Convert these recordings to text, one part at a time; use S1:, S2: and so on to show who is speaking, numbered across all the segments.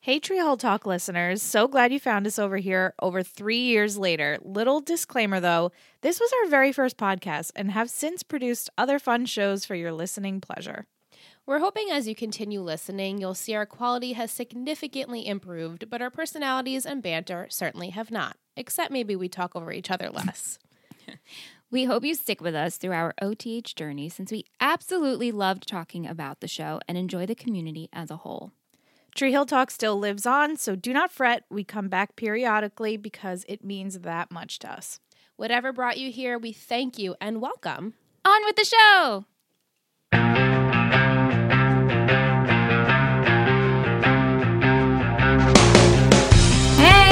S1: Hey, Treehole Talk listeners. So glad you found us over here over three years later. Little disclaimer though, this was our very first podcast and have since produced other fun shows for your listening pleasure.
S2: We're hoping as you continue listening, you'll see our quality has significantly improved, but our personalities and banter certainly have not, except maybe we talk over each other less.
S3: We hope you stick with us through our OTH journey since we absolutely loved talking about the show and enjoy the community as a whole.
S1: Tree Hill Talk still lives on, so do not fret. We come back periodically because it means that much to us.
S2: Whatever brought you here, we thank you and welcome.
S3: On with the show!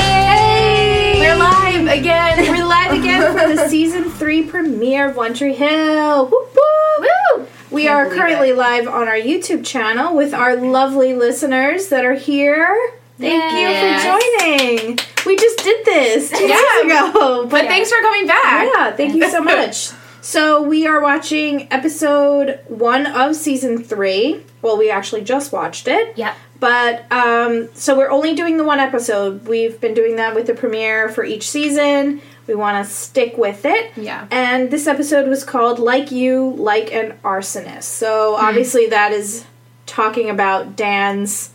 S1: We're live again. We're live again for the season three premiere of One Tree Hill. Whoop, whoop. Woo! We are currently live on our YouTube channel with our lovely listeners that are here. Thank you for joining. We just did this two years ago, but
S4: Thanks for coming back.
S1: yeah, thank you so much. So we are watching episode one of season three. Well, we actually just watched it.
S4: Yep.
S1: But um, so we're only doing the one episode. We've been doing that with the premiere for each season. We want to stick with it.
S4: Yeah.
S1: And this episode was called "Like You, Like an Arsonist." So
S4: Mm-hmm.
S1: obviously that is talking about Dan's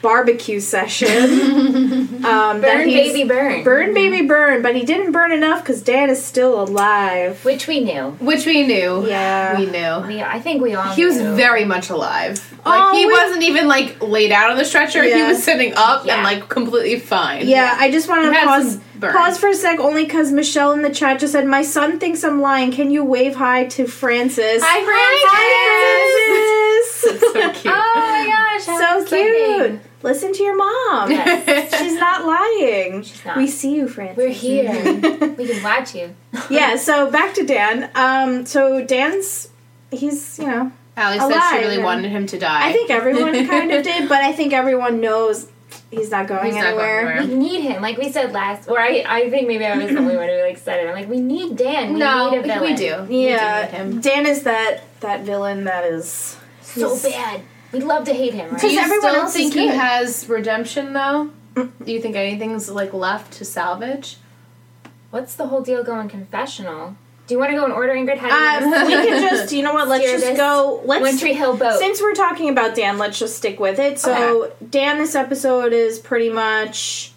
S1: barbecue session. um,
S4: Burn, baby, burn.
S1: Burn, baby, burn. But he didn't burn enough because Dan is still alive.
S5: Which we knew.
S4: Which we knew.
S1: Yeah.
S4: We knew.
S5: We, I think we all
S4: He was
S5: knew.
S4: very much alive. Like
S1: Oh,
S4: he
S1: we-
S4: wasn't even like laid out on the stretcher. He
S1: Yeah.
S4: was sitting up
S5: Yeah.
S4: and like completely fine.
S1: Yeah, I just want
S4: He
S1: to
S4: had
S1: pause
S4: some burn.
S1: pause for a sec only because Michelle in the chat just said, "My son thinks I'm lying. Can you wave hi to Francis?"
S4: Hi, Francis.
S1: Francis.
S4: so cute.
S5: Oh my gosh! how
S1: so
S5: exciting.
S1: cute. Listen to your mom. She's not lying. She's
S5: not.
S1: We see you, Francis.
S5: We're here. we can watch you.
S1: yeah. So back to Dan. Um. So Dan's. He's, you know,
S4: Allie said
S1: Alive
S4: she really
S1: and-
S4: wanted him to die.
S1: I think everyone kind of did, but I think everyone knows he's not going
S4: he's not going
S1: anywhere.
S4: anywhere.
S5: We need him, like we said last. Or I, I think maybe I was the only one who like said it. I'm like, we need Dan. We
S4: No,
S5: need a
S4: we,
S5: villain.
S4: we do.
S1: Yeah,
S4: We do need him.
S1: Dan is that that villain that is.
S5: So bad. We love to hate him,
S4: Do
S5: right?
S4: you
S1: everyone
S4: still
S1: else is
S4: think he
S1: good.
S4: has redemption though? Do you think anything's like left to salvage?
S5: What's the whole deal going confessional? Do you want to go in order, Ingrid? How do you
S1: Um,
S5: want
S1: we can just, you know what? Let's
S5: Steer
S1: just
S5: this
S1: go.
S5: to-
S1: Let's
S5: One Tree Hill boat.
S1: since we're talking about Dan, let's just stick with it. So Dan, this episode is pretty much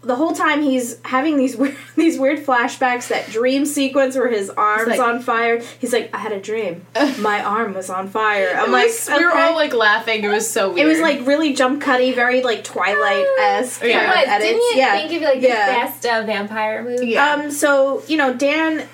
S1: the whole time he's having these weird, these weird flashbacks. That dream sequence where his arms
S4: like-
S1: on fire. He's like, I had a dream. My arm was on fire. I'm
S4: It
S1: like,
S4: was- we were
S1: okay.
S4: all like laughing. It was so weird.
S1: It was like really jump cutty, very like Twilight esque
S4: Yeah.
S5: It
S1: kind
S5: was.
S1: of edits.
S5: Didn't you
S1: yeah,
S5: think of like
S1: Yeah.
S5: the best uh, vampire movie?
S4: Yeah.
S1: Um, so you know, Dan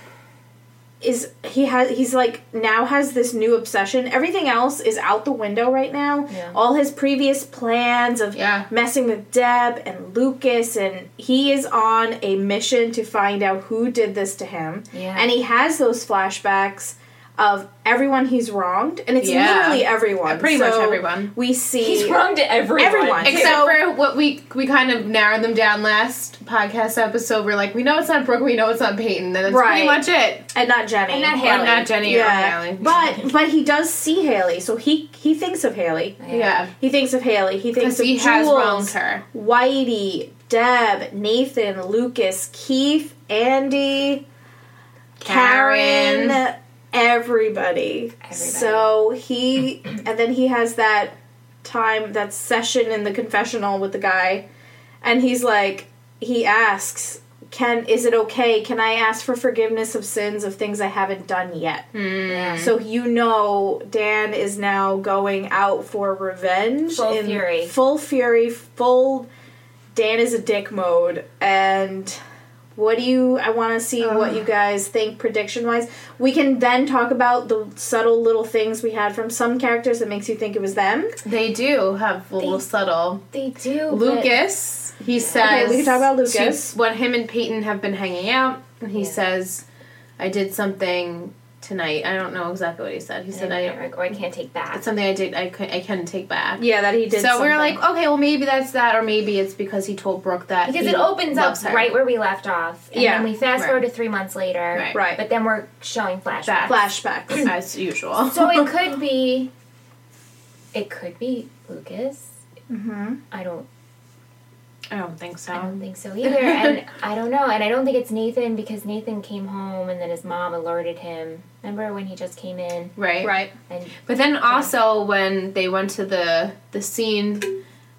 S1: is he has he's like now has this new obsession. Everything else is out the window right now.
S5: Yeah.
S1: All his previous plans of
S4: Yeah.
S1: messing with Deb and Lucas, and he is on a mission to find out who did this to him.
S5: Yeah.
S1: And he has those flashbacks of everyone he's wronged, and it's
S4: Yeah.
S1: literally everyone.
S4: Pretty much
S1: So
S4: everyone.
S1: We see
S5: He's wrong to everyone.
S1: Everyone.
S5: too.
S4: Except
S1: So-
S4: for what we we kind of narrowed them down last podcast episode. We're like, we know it's not Brooke, we know it's not Peyton, and that's
S1: Right.
S4: pretty much it.
S1: and not Jenny.
S5: And not
S4: Or
S5: Haley.
S4: not Jenny or
S1: yeah,
S4: Haley.
S1: but but he does see Haley, so he he thinks of Haley.
S4: yeah,
S1: He thinks of Haley. He thinks
S4: because
S1: of
S4: he
S1: Jules,
S4: has wronged her.
S1: Whitey, Deb, Nathan, Lucas, Keith, Andy, Karen,
S4: Karen.
S1: everybody.
S5: Everybody.
S1: So he, and then he has that time, that session in the confessional with the guy, and he's like, he asks. Can is it okay? Can I ask for forgiveness of sins of things I haven't done yet?
S5: Yeah.
S1: So you know, Dan is now going out for revenge.
S5: Full fury.
S1: Full fury. Full. Dan is a dick mode. And what do you? I want to see what you guys think prediction wise. We can then talk about the subtle little things we had from some characters that makes you think it was them.
S4: They do have a little subtle
S5: They do. but-
S4: Lucas. He says
S1: we can talk about Lucas.
S4: she- What him and Peyton have been hanging out, and he says, "I did something tonight. I don't know exactly what he said. He said
S5: I
S4: I."
S5: can't, or I can't take that.
S4: It's something I did. I could. I couldn't take back.
S1: Yeah, that he did.
S4: so we were
S1: something.
S4: like, okay, well, maybe that's that, or maybe it's because he told Brooke that
S5: Because
S4: he
S5: it opens up
S4: loves her.
S5: right where we left off. And
S1: Yeah,
S5: Then we fast
S4: right.
S5: forward to three months later.
S4: Right.
S1: Right.
S5: But then we're showing flashbacks.
S1: flashbacks.
S4: as usual.
S5: So it could be. It could be Lucas.
S1: Mm-hmm.
S5: I don't
S4: I don't think so.
S5: I don't think so either. and I don't know. And I don't think it's Nathan because Nathan came home and then his mom alerted him. Remember when he just came in
S4: right.
S1: Right.
S5: and
S4: But then also when they went to the the scene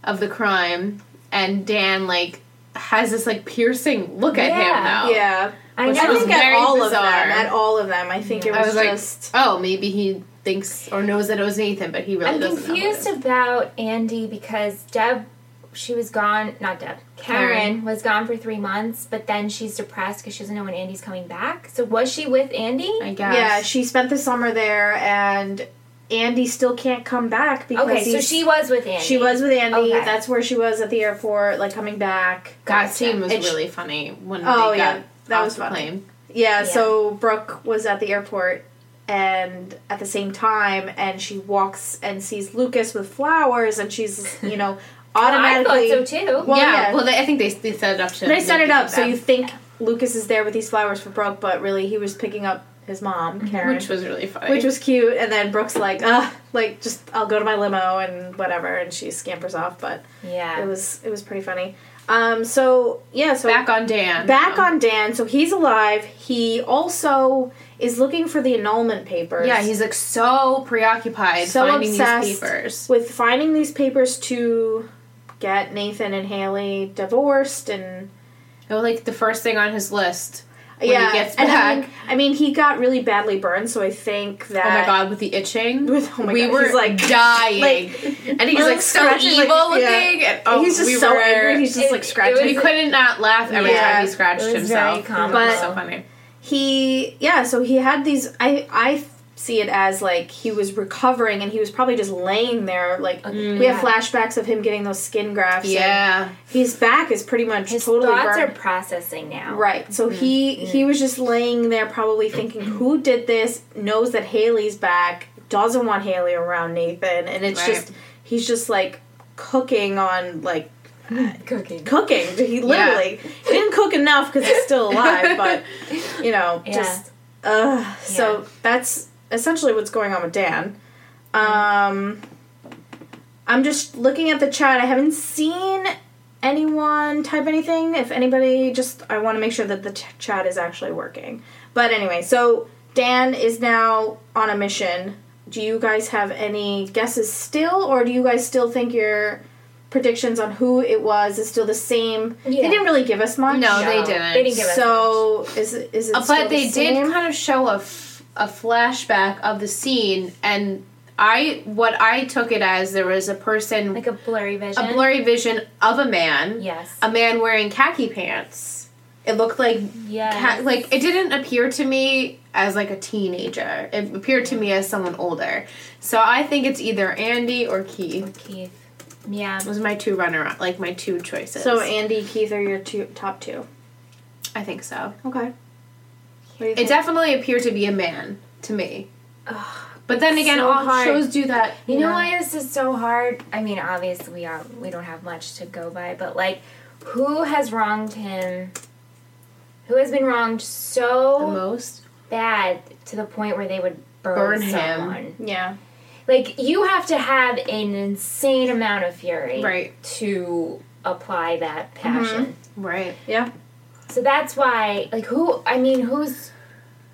S4: of the crime and Dan like has this like piercing look at
S5: Yeah.
S4: him though.
S1: Yeah.
S5: I
S4: Which
S1: I
S5: know.
S4: was
S1: think at
S4: very
S1: all of them.
S4: bizarre.
S1: At all of them. I think it
S4: I
S1: was,
S4: was like,
S1: just.
S4: Oh, maybe he thinks or knows that it was Nathan, but he really
S5: I'm
S4: doesn't. know who it
S5: confused
S4: is.
S5: about Andy because Deb, she was gone. Not Deb. Karen,
S4: Karen.
S5: was gone for three months, but then she's depressed because she doesn't know when Andy's coming back. So was she with Andy?
S4: I guess.
S1: Yeah, she spent the summer there, and Andy still can't come back because
S5: okay, so
S1: he's-
S5: she was with Andy.
S1: She was with Andy.
S5: Okay.
S1: That's where she was at the airport, like coming back.
S4: that scene was
S1: It's-
S4: really funny when
S1: Oh,
S4: they got
S1: yeah. That
S4: off
S1: was
S4: the
S1: funny.
S4: plane.
S1: Yeah,
S5: Yeah.
S1: so Brooke was at the airport and at the same time and she walks and sees Lucas with flowers and she's, you know,
S5: Oh, I
S1: automatically
S5: thought so too.
S1: Well,
S4: yeah,
S1: yeah.
S4: well, they, I think they, they set it up to.
S1: They set
S4: make
S1: it up so
S4: that,
S1: you think Lucas is there with these flowers for Brooke, but really he was picking up his mom,
S5: Mm-hmm.
S1: Karen.
S4: which was really funny.
S1: which was cute, and then Brooke's like, "Ugh, like just I'll go to my limo and whatever," and she scampers off. But
S5: yeah.
S1: it was it was pretty funny. Um, so yeah, so
S4: back on Dan.
S1: back
S4: though.
S1: on Dan. So he's alive. He also is looking for the annulment papers.
S4: Um, Yeah, he's like so preoccupied
S1: So
S4: finding these
S1: obsessed.
S4: papers.
S1: with finding these papers to get Nathan and Haley divorced and
S4: It was like the first thing on his list. he
S1: yeah.
S4: gets
S1: and I
S4: back.
S1: mean, I mean, he got really badly burned, so I think that.
S4: oh my god, with the itching,
S1: With- oh my
S4: we
S1: God,
S4: were
S1: he's like-
S4: dying, and he's
S1: little
S4: like so
S1: scratches, like-
S4: evil looking.
S1: yeah.
S4: And, oh,
S1: he's just
S4: we
S1: so
S4: were,
S1: angry. He's just
S5: it-
S1: like
S5: it
S1: scratching.
S4: we couldn't not laugh every
S1: Yeah.
S4: time he scratched
S5: It was
S4: himself.
S5: very comical.
S4: It was so funny.
S1: he yeah so he had these i i see it as like he was recovering and he was probably just laying there like we have flashbacks of him getting those skin grafts and
S4: Yeah,
S1: his back is pretty much
S5: His
S1: totally
S5: thoughts
S1: burned.
S5: are Mm-hmm. processing now.
S1: right so he he was just laying there probably thinking who did this knows that haley's back doesn't want haley around nathan and it's
S4: Right.
S1: just he's just like cooking on like
S5: Cooking.
S1: cooking he literally he didn't cook enough because he's still alive but you know
S5: Yeah.
S1: just Ugh. So that's essentially what's going on with Dan. Um, I'm just looking at the chat. I haven't seen anyone type anything. If anybody, just I want to make sure that the t- chat is actually working. But anyway, so Dan is now on a mission. Do you guys have any guesses still, or do you guys still think your predictions on who it was is still the same? They
S5: Yeah.
S1: didn't really give us much.
S4: No, they
S5: No,
S4: didn't.
S5: They didn't give us
S1: So is it, is it
S4: Uh,
S1: still
S4: but
S1: the
S4: they
S1: same?
S4: did kind of show a, f- a flashback of the scene, and I what I took it as there was a person
S5: like a blurry vision.
S4: a blurry vision of a man.
S5: Yes.
S4: A man wearing khaki pants. It looked like
S5: yes.
S4: ca- like it didn't appear to me as like a teenager. It appeared to me as someone older. So I think it's either Andy or Keith.
S5: Keith. Yeah.
S4: Was my two runner up like my two choices.
S1: So Andy, Keith are your two top two.
S4: I think so.
S1: Okay. What do you
S4: It
S1: think?
S4: definitely appeared to be a man to me. but then
S5: it's
S4: again,
S5: so
S4: all
S5: hard.
S4: shows do that.
S5: You know why this is so hard? I mean, obviously we are we don't have much to go by, but like who has wronged him? Who has been wronged
S4: the
S5: so
S4: most.
S5: bad to the point where they would burn,
S4: Burn him.
S5: someone?
S1: yeah.
S5: Like you have to have an insane amount of fury
S4: Right.
S5: to apply that passion.
S4: Right.
S1: Yeah.
S5: So that's why like who I mean, who's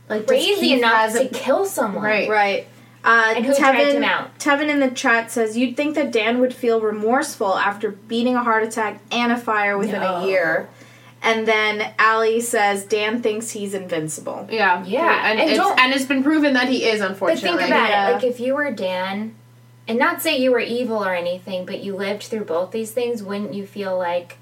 S4: Like does
S5: crazy
S4: Keith
S5: enough
S4: has
S5: to
S4: a-
S5: kill someone?
S4: Right.
S1: Right. Uh,
S5: And who
S1: Tevin,
S5: dragged him out?
S1: Tevin in the chat says, You'd think that Dan would feel remorseful after beating a heart attack and a fire within a
S5: No.
S1: year. And then Allie says, Dan thinks he's invincible.
S4: Yeah.
S5: Yeah,
S4: And,
S5: and
S4: it's,
S5: don't-
S4: and it's been proven that he is,
S5: But
S4: unfortunately.
S5: think about
S1: Yeah.
S5: it. Like if you were Dan, and not say you were evil or anything, but you lived through both these things, wouldn't you feel like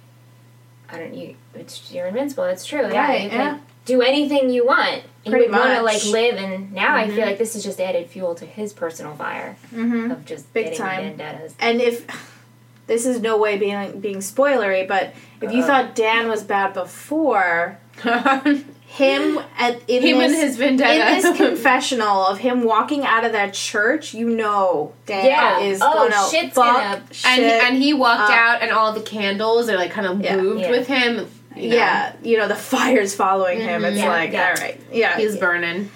S5: I don't you it's you're invincible, it's true. Yeah,
S1: Right,
S5: you
S1: yeah.
S5: can do anything you want. And
S1: Pretty
S5: you would want
S1: much. Mm-hmm.
S5: to like live and now I feel like this is just added fuel to his personal fire of just
S1: Big
S5: getting
S1: time.
S5: vendettas.
S1: And if this is no way being being spoilery, but if you thought Dan was bad before, him at in
S4: Him
S1: this,
S4: and his vendetta.
S1: in this confessional of him walking out of that church, you know Dan
S5: Yeah.
S1: is
S5: Oh,
S1: gonna
S5: shit's
S1: fuck
S5: gonna-
S1: shit.
S4: and, and he walked
S1: up.
S4: out, and all the candles are like kind of
S1: Yeah.
S4: moved
S5: Yeah.
S4: with him. you know.
S1: yeah, you know the fire's following him. It's
S5: Mm-hmm. Yeah,
S1: like
S5: yeah.
S1: all right, yeah.
S4: He's burning.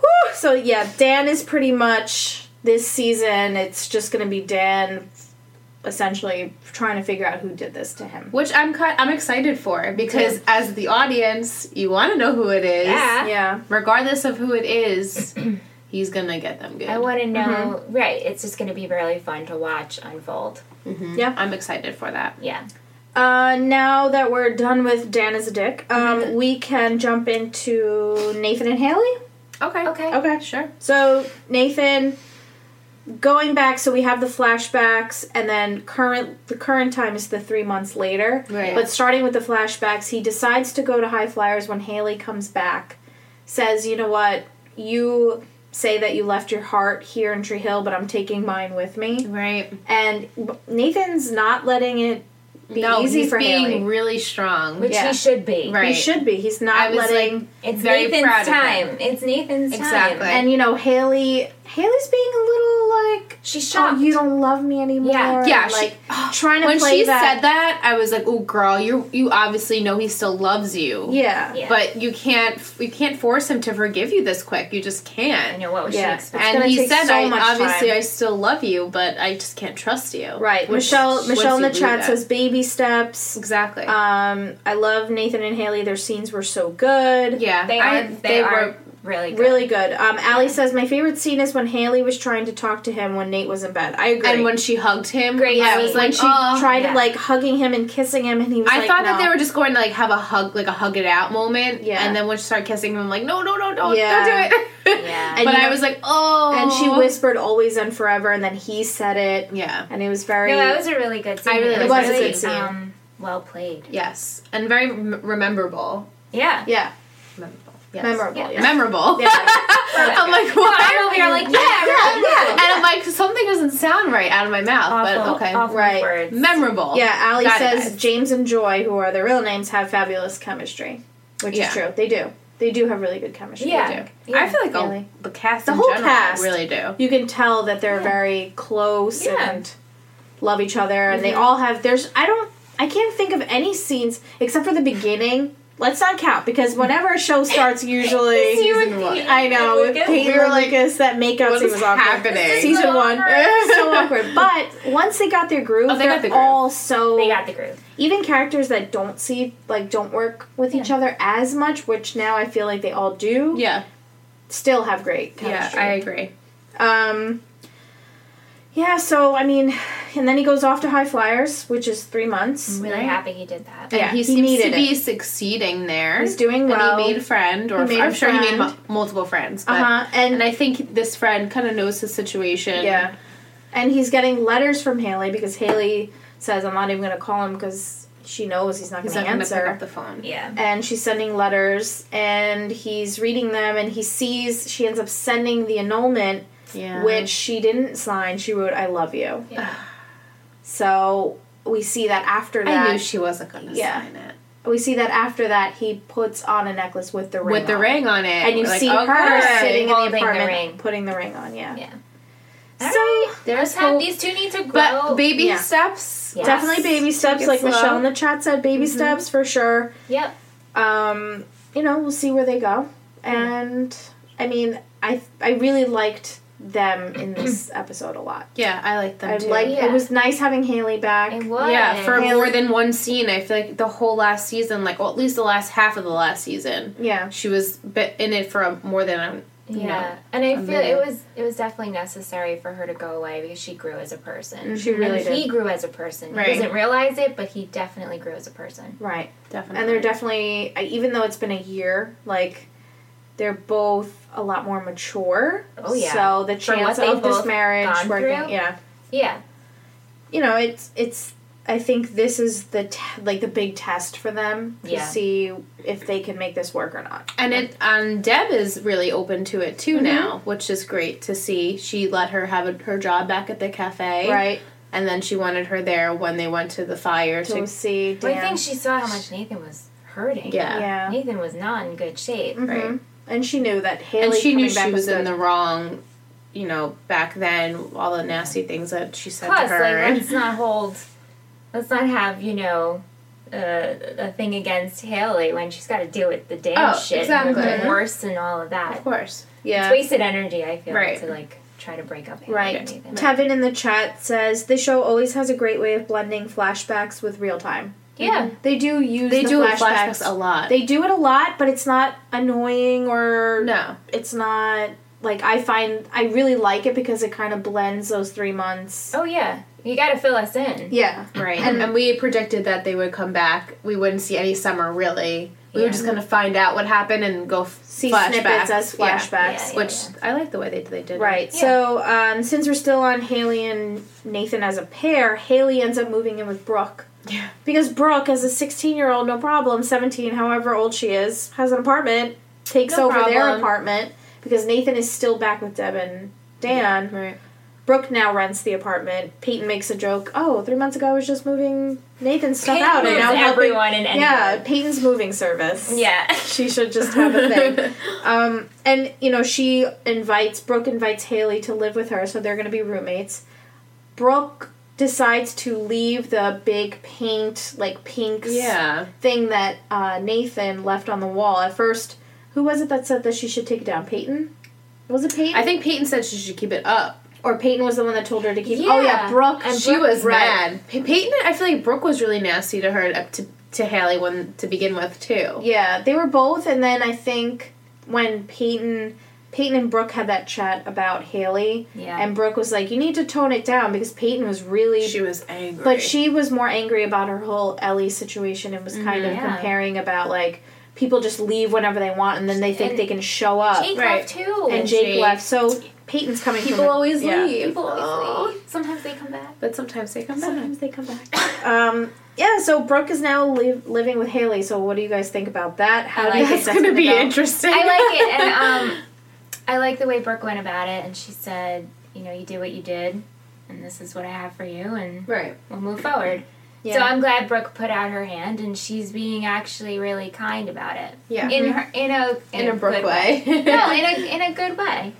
S1: Whew. So yeah, Dan is pretty much this season. It's just gonna be Dan essentially trying to figure out who did this to him.
S4: Which I'm ki- I'm excited for because as the audience, you want to know who it is.
S5: Yeah.
S1: Yeah.
S4: Regardless of who it is, he's gonna get them good.
S5: I want to
S1: Mm-hmm.
S5: know. Right, it's just going to be really fun to watch unfold.
S1: Yeah.
S4: I'm excited for that.
S5: Yeah.
S1: Uh, now that we're done with Dan is a dick,
S5: Mm-hmm.
S1: um, we can jump into Nathan and Haley.
S4: Okay.
S5: Okay.
S1: Okay.
S4: Sure.
S1: So Nathan, going back, so we have the flashbacks, and then current the current time is the three months later.
S4: Right.
S1: But starting with the flashbacks, he decides to go to High Flyers when Haley comes back, says, "You know what? You say that you left your heart here in Tree Hill, but I'm taking mine with me."
S4: Right.
S1: And Nathan's not letting it be
S4: no,
S1: easy
S4: he's
S1: for
S4: being
S1: Haley.
S4: really strong.
S5: Which
S1: Yeah.
S5: he should be.
S4: Right.
S1: He should be. He's
S4: I
S1: not
S4: was
S1: letting.
S4: like,
S5: It's
S4: Very proud
S5: Nathan's
S4: of him.
S5: time. It's Nathan's
S4: Exactly.
S5: time.
S1: and you know, Haley. Haley's being a little like
S5: She's
S1: oh,
S5: shocked.
S1: you don't love me anymore.
S5: Yeah.
S4: Yeah,
S1: and,
S4: she-
S1: like trying to
S4: when
S1: play
S4: she
S1: that.
S4: said that, I was like, "Oh, girl, you you obviously know he still loves you."
S1: yeah,
S5: Yeah.
S4: But you can't you can't force him to forgive you this quick. You just
S5: I
S4: can't.
S5: know what was
S1: Yeah.
S5: she expecting?
S4: And
S1: gonna
S4: he
S1: take
S4: said,
S1: so
S4: I,
S1: much
S4: obviously,
S1: time."
S4: I still love you, but I just can't trust you.
S1: right.
S4: Which-
S1: Michelle
S4: once
S1: Michelle in
S4: you
S1: the
S4: do
S1: chat
S4: that.
S1: says baby steps.
S4: Exactly.
S1: Um, I love Nathan and Haley. Their scenes were so good.
S4: yeah.
S5: They
S4: I-
S5: are. They, are really good.
S1: Really good. Um, Allie says my favorite scene is when Haley was trying to talk to him when Nate was in bed. I agree.
S4: And when she hugged him,
S5: Great
S4: yeah, I
S5: scene.
S4: was
S5: When
S4: like,
S1: she
S4: oh.
S1: tried
S5: yeah.
S1: like hugging him and kissing him, and he was
S4: I
S1: like,
S4: thought that
S1: "No."
S4: they were just going to like have a hug, like a hug it out moment.
S1: Yeah.
S4: And then when she started kissing him, I'm like, no, no, no, don't,
S1: Yeah.
S4: don't do it.
S5: Yeah.
S1: And
S4: but
S1: you
S4: I
S1: know-
S4: was like, oh.
S1: And she whispered "always and forever," and then he said it,
S4: Yeah.
S1: and it was very
S5: No, that was a really good scene.
S4: I really
S5: It
S4: liked
S1: that
S5: really,
S1: scene.
S5: Um, well played.
S4: Yes. And very rem- rememberable.
S5: Yeah.
S1: yeah
S4: Memorable. Yes.
S1: memorable.
S5: Yeah.
S1: Yeah.
S4: Memorable.
S1: Yeah.
S4: I'm like,
S5: No,
S4: what?
S5: I'm over here like, yeah,
S1: Yeah, yeah.
S4: And I'm like, something doesn't sound right out of my mouth,
S5: awful,
S4: but okay.
S5: awful
S1: Right.
S5: words.
S4: Memorable.
S1: Yeah, Allie
S4: Oh, Got it,
S1: says
S4: guys.
S1: James and Joy, who are their real names, have fabulous chemistry, which
S4: Yeah.
S1: is true. They do. They do have really good chemistry.
S5: Yeah.
S4: do.
S5: yeah.
S4: I feel like all-
S1: Really.
S4: the cast,
S1: The
S4: in
S1: whole
S4: general
S1: cast.
S4: really do.
S1: You can tell that they're very close
S5: Yeah.
S1: and love each other, and
S4: Mm-hmm.
S1: they all have. There's. I don't. I can't think of any scenes except for the beginning. Let's not count because whenever a show starts, usually I know with Peyton
S4: We were
S1: and
S4: like,
S1: Lucas that makeout
S4: What
S1: scene
S4: is
S1: was awkward.
S4: happening?
S1: Season
S5: So
S1: one,
S5: awkward.
S1: so awkward. But once they got their groove,
S4: Oh, they
S1: they are
S4: got the groove.
S1: all so
S5: They got the groove.
S1: even characters that don't see like don't work with each other as much, which now I feel like they all do,
S4: yeah,
S1: still have great
S4: yeah,
S1: chemistry.
S4: I agree.
S1: um yeah, so I mean, and then he goes off to High Flyers, which is three months.
S4: Mm-hmm.
S5: I'm really happy he did that.
S1: Yeah,
S4: and he,
S1: he
S4: seems to
S1: needed
S4: be succeeding there.
S1: He's doing well.
S4: And he made a friend, or
S1: He made
S4: I'm
S1: a
S4: sure he made
S1: friend.
S4: mu- multiple friends. But,
S1: Uh huh. And,
S4: And I think this friend kind of knows his situation.
S1: yeah, and he's getting letters from Haley because Haley says I'm not even gonna call him because she knows he's not
S4: he's
S1: gonna
S4: not going to
S1: answer.
S4: pick up the phone.
S5: Yeah.
S1: and she's sending letters and he's reading them and he sees she ends up sending the annulment
S4: Yeah,
S1: which she didn't sign. She wrote, "I love you."
S5: Yeah.
S1: So we see that after that,
S4: I knew she wasn't going to
S1: Yeah.
S4: sign it
S1: we see that after that he puts on a necklace with the ring
S4: with the
S1: on.
S4: ring on it,
S1: and you
S4: We're like, oh,
S1: see
S4: okay.
S1: her sitting in
S5: Holding
S1: the
S5: the
S1: apartment
S5: ring.
S1: putting the ring on. Yeah,
S5: Yeah.
S1: so
S4: There's
S5: Sam,
S4: hope,
S5: these two need to grow.
S4: but baby
S1: Yeah.
S4: steps.
S5: Yeah.
S1: definitely baby steps,
S4: it
S1: like
S4: slow. Mm-hmm.
S1: Michelle in the chat said, baby steps for sure.
S5: yep.
S1: Um, you know, we'll see where they go, and I mean, I I really liked them in this episode a lot.
S4: Yeah, I like them
S1: I
S4: too.
S1: like
S5: Yeah.
S1: it was nice having Haley back.
S5: It was.
S4: Yeah, for
S1: Haley-
S4: more than one scene. I feel like the whole last season, like well, at least the last half of the last season,
S1: Yeah,
S4: she was bit in it for a, more than a,
S5: Yeah.
S4: you know,
S5: And I
S4: a
S5: feel it
S4: minute.
S5: was it was definitely necessary for her to go away because she grew as a person.
S1: she really
S5: and
S1: did.
S5: he grew as a person.
S4: Mm-hmm. Right.
S5: He doesn't realize it, but he definitely grew as a person.
S1: right.
S4: definitely.
S1: and they're definitely I- even though it's been a year like they're both a lot more mature
S5: Oh, yeah.
S1: so the
S5: For what
S1: chance
S5: they've
S1: of this
S5: both
S1: marriage
S5: gone
S1: working
S5: through.
S1: yeah
S5: Yeah.
S1: you know it's it's i think this is the t- like the big test for them to
S5: Yeah.
S1: see if they can make this work or not
S4: and it and Deb is really open to it too now, which is great to see. She let her have a, her job back at the cafe,
S1: right
S4: And then she wanted her there when they went to the fire
S1: to
S4: to,
S1: see
S5: But
S1: Dan.
S5: I think she saw how much Nathan was hurting.
S4: yeah.
S1: yeah
S5: Nathan was not in good shape.
S4: Right.
S1: Mhm. and she knew that Haley
S4: And she knew
S1: coming back
S4: she was in
S1: good.
S4: the wrong, you know, back then. All the nasty things that she said
S5: Plus,
S4: to her.
S5: like,
S4: and-
S5: let's not hold, let's not have you know uh, a thing against Haley when she's got to deal with the damn
S4: Oh,
S5: shit,
S4: exactly.
S5: and the divorce, and all of that.
S4: of course,
S1: yeah
S5: It's wasted energy. I feel
S4: Right.
S5: to like try to break up him
S1: Right.
S5: or anything.
S1: Tevin in the chat says the show always has a great way of blending flashbacks with real time.
S5: Yeah.
S1: They do use
S4: They
S1: the
S4: do it with
S1: flashbacks.
S4: flashbacks a lot.
S1: They do it a lot, but it's not annoying or
S4: no.
S1: It's not like I find I really like it because it kind of blends those three months.
S5: Oh yeah. You gotta fill us in.
S1: Yeah,
S4: Right. And, we predicted that they would come back. We wouldn't see any summer really. We
S5: Yeah.
S4: were just gonna find out what happened and go f-
S1: see
S4: flashbacks.
S1: snippets as
S4: Yeah.
S1: flashbacks.
S5: Yeah,
S4: Which I like the way they they did. it.
S1: Right. So um, since we're still on Haley and Nathan as a pair, Haley ends up moving in with Brooke.
S4: Yeah.
S1: Because Brooke, as a 16 year old, no problem, 17, however old she is, has an apartment, takes
S4: No
S1: over their
S4: problem.
S1: apartment because Nathan is still back with Deb and Dan.
S4: Right.
S1: Brooke now rents the apartment. Peyton makes a joke. Oh, three months ago I was just moving Nathan's stuff
S5: Peyton
S1: out, and
S5: moves
S1: now helping-
S5: everyone and anyone.
S1: Yeah, Peyton's moving service.
S5: Yeah.
S1: She should just have a thing. um, and, you know, she invites, Brooke invites Haley to live with her, so they're going to be roommates. Brooke decides to leave the big paint, like pink
S4: Yeah.
S1: thing that uh, Nathan left on the wall. At first, who was it that said that she should take it down? Peyton? Was it Peyton?
S4: I think Peyton said she should keep it up.
S1: or Peyton was the one that told her to keep. Oh yeah,
S5: Yeah.
S1: Brooke.
S5: And
S4: She
S5: Brooke-
S4: was
S1: right.
S4: mad. Pey- Peyton, I feel like Brooke was really nasty to her up to to Haley when to begin with too.
S1: Yeah, they were both, and then I think when Peyton, Peyton and Brooke had that chat about Haley,
S5: Yeah.
S1: and Brooke was like, "You need to tone it down," because Peyton was really.
S4: She was angry.
S1: but she was more angry about her whole Ellie situation and was kind of
S5: Mm-hmm. Yeah.
S1: comparing about like people just leave whenever they want and then they think
S5: And
S1: they can show up.
S5: Jake
S4: Right.
S5: left too.
S1: and Jake,
S4: Jake-
S1: left, so Peyton's coming.
S4: people
S1: from a-
S4: always
S1: yeah.
S4: leave.
S5: People
S4: Aw.
S5: always leave. Sometimes they come back.
S4: But sometimes they come back.
S1: Sometimes they come back. Um, yeah, so Brooke is now li- living with Haley. So what do you guys think about that? How
S5: I
S1: do you
S5: like
S1: think
S5: it.
S1: that's gonna, go?
S4: interesting.
S5: I like it, and um, I like the way Brooke went about it, and she said, you know, you did what you did, and this is what I have for you, and
S4: Right.
S5: we'll move forward. So
S1: Yeah.
S5: I'm glad Brooke put out her hand, and she's being actually really kind about it.
S1: Yeah.
S5: in her in a
S4: In a Brooke
S5: good
S4: way.
S5: no, in a in a good way.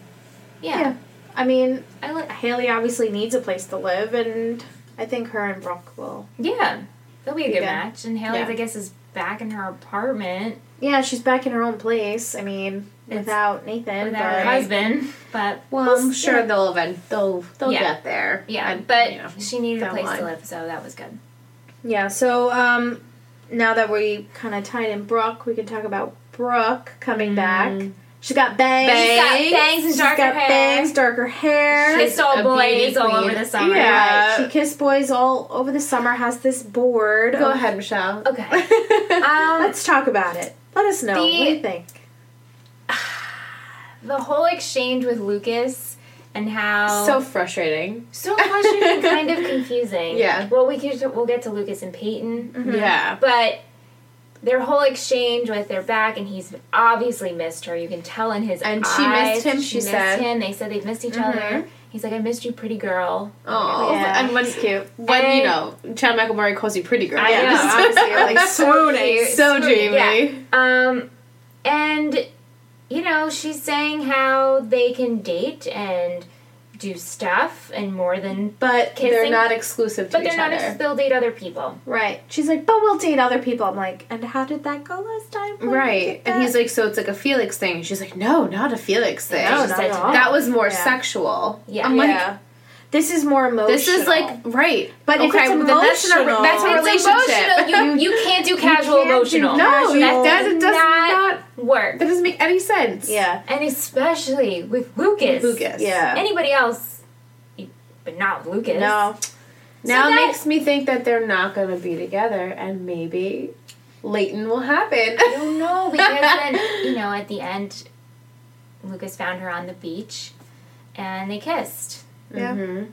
S5: Yeah,
S1: Yeah.
S5: Mm-hmm.
S1: I mean,
S5: I like.
S1: Haley obviously needs a place to live, and I think her and Brooke will.
S5: Yeah, that'll be a good
S1: Yeah.
S5: match. And Haley,
S4: Yeah.
S5: I guess, is back in her apartment
S1: Yeah, she's back in her own place. I mean,
S5: It's-
S1: without Nathan,
S5: without
S1: but
S5: her husband, but
S4: Well, I'm
S5: yeah.
S4: sure they'll event they'll they'll
S5: Yeah.
S4: get there.
S5: Yeah,
S4: And,
S5: but
S4: you know.
S5: she needed a
S4: down
S5: place
S4: line.
S5: to live, so that was good.
S1: yeah. So um, now that we kind of tied in Brooke, we can talk about Brooke coming back. She's got bangs.
S5: She's got Mm. bangs and
S1: She's
S5: darker
S1: got
S5: hair.
S1: bangs, darker hair.
S5: Kissed all
S4: a
S5: boys
S4: beauty
S5: all
S4: queen.
S5: over the summer.
S1: Yeah,
S4: Yeah.
S1: she kissed boys all over the summer. Has this board.
S4: Go
S1: of-
S4: ahead, Michelle.
S5: Okay. Um,
S1: Let's talk about it. Let us know.
S5: The-
S1: what do you think?
S5: the whole exchange with Lucas and how
S4: So frustrating.
S5: so frustrating, and kind of confusing.
S4: Yeah.
S5: Well, we could, we'll get to Lucas and Peyton,
S4: Yeah.
S5: but their whole exchange with their back, and he's obviously missed her. You can tell in his
S4: And
S5: eyes.
S4: she missed him,
S5: She,
S4: she
S5: missed
S4: said. Mm-hmm.
S5: him. They said they've missed each other. He's like, I missed you, pretty girl.
S4: Oh,
S1: Yeah.
S4: and when
S1: cute.
S4: when you know
S5: And-
S4: Chad Michael Murray calls you pretty girl.
S5: I
S1: Yeah,
S5: know.
S1: honestly, like so
S5: cute.
S1: nice.
S4: So dreamy.
S5: Yeah. Um, and you know, she's saying how they can date and do stuff and more than,
S1: But
S5: Kissing.
S4: They're not exclusive to
S5: but
S4: each
S5: they're not.
S4: other.
S5: Ex- they'll date other people.
S1: right, she's like, but we'll date other people. I'm like, and how did that go last time? When we
S4: right.
S1: did
S4: And he's
S1: Oh, that?"
S4: like, so it's like a Felix thing. And she's like, no, not a Felix thing.
S1: no,
S5: she
S1: not
S5: said
S1: at
S5: to
S1: all.
S5: me-
S4: That was more
S1: Yeah.
S4: sexual.
S5: Yeah.
S4: I'm like,
S1: yeah. This is more emotional.
S4: this is like right.
S1: But if
S4: okay,
S1: it's
S4: well, then that's an-
S1: "Oh, emotional-
S4: that's a
S1: It's
S4: relationship.
S5: emotional. You, you can't do casual
S1: can't do
S5: emotional.
S1: No,
S4: No,
S1: you-
S4: that,
S1: that
S4: that
S5: does
S4: does not,
S5: not work.
S4: That doesn't make any sense.
S1: yeah,
S5: And especially with Lucas.
S4: Lucas.
S1: yeah.
S5: Anybody else, you- but not Lucas.
S1: no,
S4: Now
S5: So
S4: it
S5: that-
S4: makes me think that they're not going to be together, and maybe Leighton will happen.
S5: I don't know because then you know at the end, Lucas found her on the beach, and they kissed.
S1: yeah.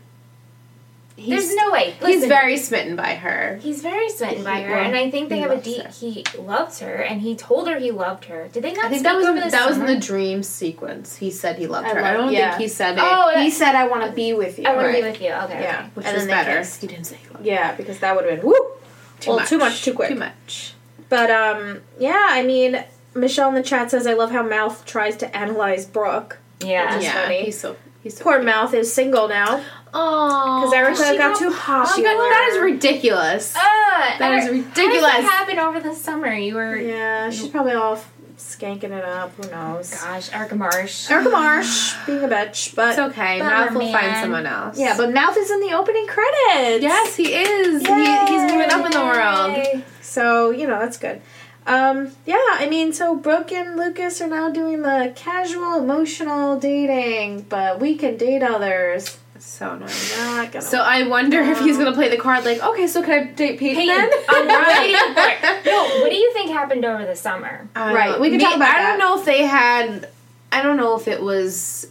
S5: There's no way.
S4: Mm-hmm. He's
S5: Listen,
S4: very smitten by her.
S5: He's very smitten by
S4: He-
S5: her,
S4: well,
S5: and I think they
S4: he
S5: have a
S4: loves
S5: deep.
S4: her.
S5: He loves her, and he told her he loved her. Did they not?
S4: I think
S5: speak
S4: that was
S5: over the
S4: that was in
S5: summer?
S4: the dream sequence. He said he loved
S1: I
S4: her. I
S1: love-
S4: don't
S1: yeah.
S4: think he said it,
S5: Oh,
S1: he
S5: that-
S1: said, "I want to be with you."
S5: I want to
S4: Right.
S5: be with you. Okay.
S1: Yeah,
S4: which
S1: and
S4: was
S1: then they
S4: better.
S1: kissed.
S4: He didn't say he loved her.
S1: Yeah, because that would have been whoop. well, too much, too quick.
S4: Too much.
S1: But um, yeah, I mean, Michelle in the chat says, "I love how Mouth tries to analyze Brooke."
S5: Okay. Yeah.
S1: That's
S4: yeah,
S1: funny.
S4: he's so he's so
S1: Poor Mouth is single now
S4: Oh,
S1: because Erica got
S5: she got
S1: too
S4: Oh,
S1: popular.
S4: God, that is ridiculous.
S5: Ah,
S4: That is
S5: Eric,
S4: ridiculous.
S5: How did that happen over the summer? You were
S1: Yeah, she's probably all f- skanking it up. Who knows?
S5: Gosh, Erica Marsh.
S1: Erica Marsh being a bitch, but
S4: It's okay.
S5: Bummer,
S4: Mouth will find
S5: man.
S4: someone else.
S1: yeah, but Mouth is in the opening credits.
S4: yes, he is. He,
S1: Yay.
S4: he's moving up in the world.
S5: Yay.
S1: So you know that's good. Um, yeah, I mean, so Brooke and Lucas are now doing the casual, emotional dating, but we can date others.
S4: So annoying.
S1: Not gonna.
S4: So I wonder if he's gonna play the card like, okay, so can I date Peyton?
S5: Peyton,
S4: then?
S5: I'm waiting for it. No, what do you think happened over the summer?
S4: I don't
S1: Right,
S4: know.
S1: we can
S4: May-
S1: talk about
S4: I
S1: that.
S4: don't know if they had. I don't know if it was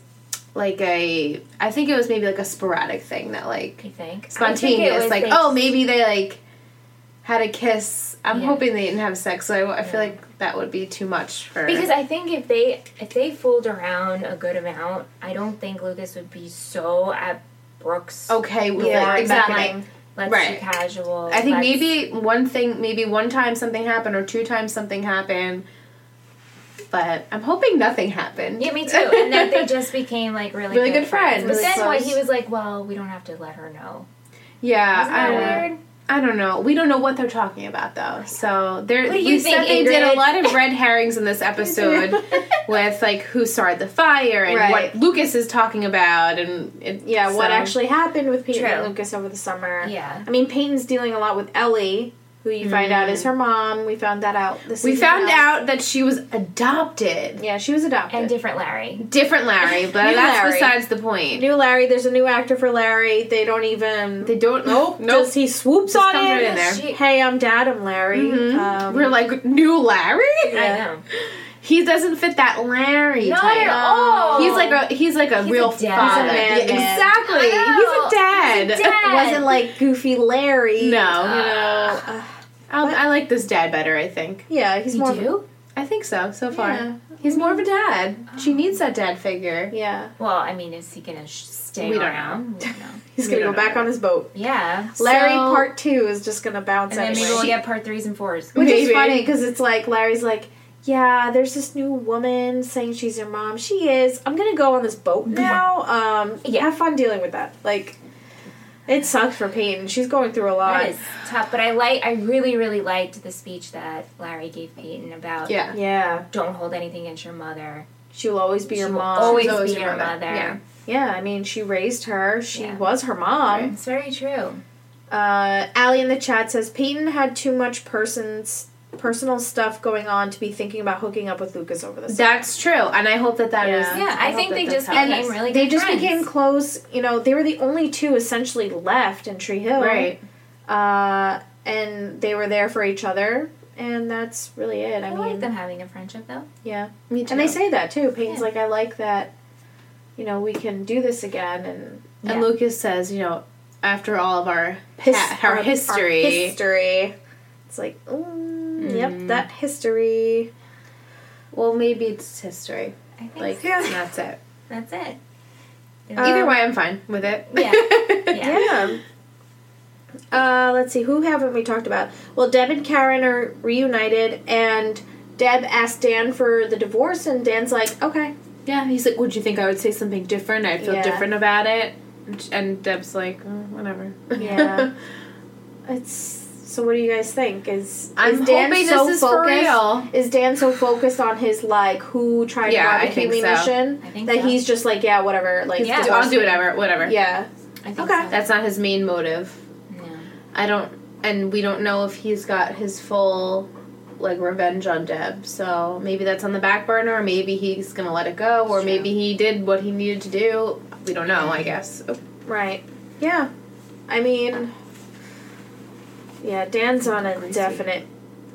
S4: like a. I think it was maybe like a sporadic thing that like
S5: You think I think it
S4: spontaneous.
S5: was
S4: Like
S5: they-
S4: oh, maybe they like had a kiss. I'm
S5: Yeah.
S4: hoping they didn't have sex. So I, I feel like that would be too much for
S5: Because I think if they if they fooled around a good amount, I don't think Lucas would be so at Brooks.
S4: okay with
S1: Yeah,
S4: like, exactly.
S1: beckoning.
S5: let's
S4: Oh, right.
S5: be casual.
S4: I think
S5: let's-
S4: maybe one thing, maybe one time something happened or two times something happened. But I'm hoping nothing happened.
S5: Yeah, me too. And then they just became like really
S4: Really good friends.
S5: But
S4: Really
S5: then why
S1: close.
S5: he was like, well, we don't have to let her know.
S4: Yeah,
S5: Isn't that
S4: I don't know.
S5: weird?
S4: I don't know. We don't know what they're talking about though. So there,
S5: What do
S4: we
S5: you
S4: said
S5: think,
S4: they did a
S5: Ingrid?
S4: lot of red herrings in this episode with like who started the fire and
S1: Right.
S4: what Lucas is talking about and it,
S1: yeah, what
S4: so-
S1: actually happened with Peyton and
S5: True.
S1: Lucas over the summer?
S5: Yeah.
S1: I mean, Peyton's dealing a lot with Ellie, who you find out is her mom. We found that out. This
S4: Mm-hmm. We
S1: season
S4: found
S1: now.
S4: out that she was adopted.
S1: Yeah, she was adopted.
S5: And different Larry.
S4: Different Larry, but
S1: New
S4: that's
S1: Larry.
S4: besides the point.
S1: new Larry. There's a new actor for Larry. They don't even.
S4: They don't. Nope. Nope.
S1: Just he swoops
S4: Just
S1: on
S4: comes
S1: in.
S4: right in there. Mm-hmm.
S5: She-
S1: Hey, I'm Dad. I'm Larry. Um,
S4: We're like new Larry.
S5: I know.
S4: He doesn't fit that Larry
S5: Not
S4: type.
S5: at all.
S4: He's like a he's like a
S5: He's
S4: real
S5: a dad. He's a
S4: father.
S1: man,
S4: Yeah,
S1: man.
S4: exactly.
S5: I
S4: He's a dad.
S5: Dad.
S1: It wasn't like goofy Larry.
S4: No.
S1: you know. Uh,
S4: Um, I, I like this dad better. I think.
S1: yeah, he's
S5: You
S1: more. of a-
S5: do?
S4: I think so. So far,
S1: Yeah.
S4: he's more of a dad. She needs that dad figure.
S1: Yeah,
S5: Well, I mean, is he gonna sh- stay
S4: We don't
S5: around? We don't know.
S1: he's
S4: We
S1: gonna go
S4: don't know.
S1: back on his boat.
S5: Yeah.
S1: Larry
S4: So-
S1: Part Two is just gonna bounce.
S5: And then maybe
S1: anyway.
S5: we'll get part threes and fours.
S1: Which is
S4: Maybe.
S1: funny because it's like Larry's like, yeah, there's this new woman saying she's your mom. She is. I'm gonna go on this
S4: Mm-hmm.
S1: boat now. Um,
S5: Yeah.
S1: have fun dealing with that. Like, it sucks for Peyton. She's going through a lot.
S5: That is tough, but I like. I really, really liked the speech that Larry gave Peyton about
S4: Yeah.
S1: Yeah,
S5: don't hold anything against your mother.
S1: she will always be
S5: She
S1: your
S5: will
S1: mom.
S5: always,
S4: She's always
S5: be
S4: your
S5: your mother.
S4: mother. Yeah.
S1: yeah, I mean, she raised her. She
S5: Yeah.
S1: was her mom.
S5: It's very true.
S1: Uh, Allie in the chat says Peyton had too much person's personal stuff going on to be thinking about hooking up with Lucas over the summer.
S4: That's true, and I hope that that
S1: Yeah.
S4: is.
S1: Yeah,
S5: Yeah, I,
S4: hope
S5: think
S4: that
S5: they
S4: that's
S5: just
S4: how it
S5: became
S4: is.
S5: really.
S1: They
S5: good
S1: just
S5: friends.
S1: became close. You know, they were the only two essentially left in Tree Hill,
S4: Right.
S1: Uh, and they were there for each other, and that's really it. I,
S5: I
S1: mean,
S5: like them having a friendship though.
S1: yeah,
S4: Me too.
S1: and they say that too. Peyton's
S5: Yeah.
S1: like, I like that. You know, we can do this again, and
S5: Yeah.
S4: and Lucas says, you know, after all of our
S1: his-
S4: pat- our, history,
S1: our history. It's like, mm, yep, that history.
S4: well, maybe it's history.
S5: I think
S4: Like
S5: so.
S4: that's it.
S5: that's it.
S4: Either
S1: Um,
S4: way, I'm fine with it.
S5: Yeah. Yeah.
S1: Yeah. Uh, let's see, who haven't we talked about? Well, Deb and Karen are reunited, and Deb asked Dan for the divorce, and Dan's like, okay.
S4: Yeah, he's like, "Would you think I would say something different? I feel
S1: Yeah.
S4: different about it." And Deb's like, "Mm, "Whatever."
S1: Yeah. it's so. What do you guys think? Is
S4: I'm
S1: is Dan
S4: hoping
S1: so
S4: this is for
S1: focused?
S4: real.
S1: Is Dan so focused on his like who tried
S4: Yeah, I
S1: barbecue
S4: think so.
S1: mission
S5: I think
S1: that
S5: so.
S1: he's just like yeah whatever like
S5: Yeah.
S4: Do- I'll do whatever, whatever.
S1: yeah
S5: I think
S1: Okay.
S5: So.
S4: That's not his main motive.
S5: No.
S4: I don't, and we don't know if he's got his full, like, revenge on Deb. So maybe that's on the back burner, or maybe he's gonna let it go, or
S5: Sure.
S4: maybe he did what he needed to do. We don't know, I guess.
S1: Right. Yeah. I mean, yeah, Dan's on a
S4: Crazy.
S1: definite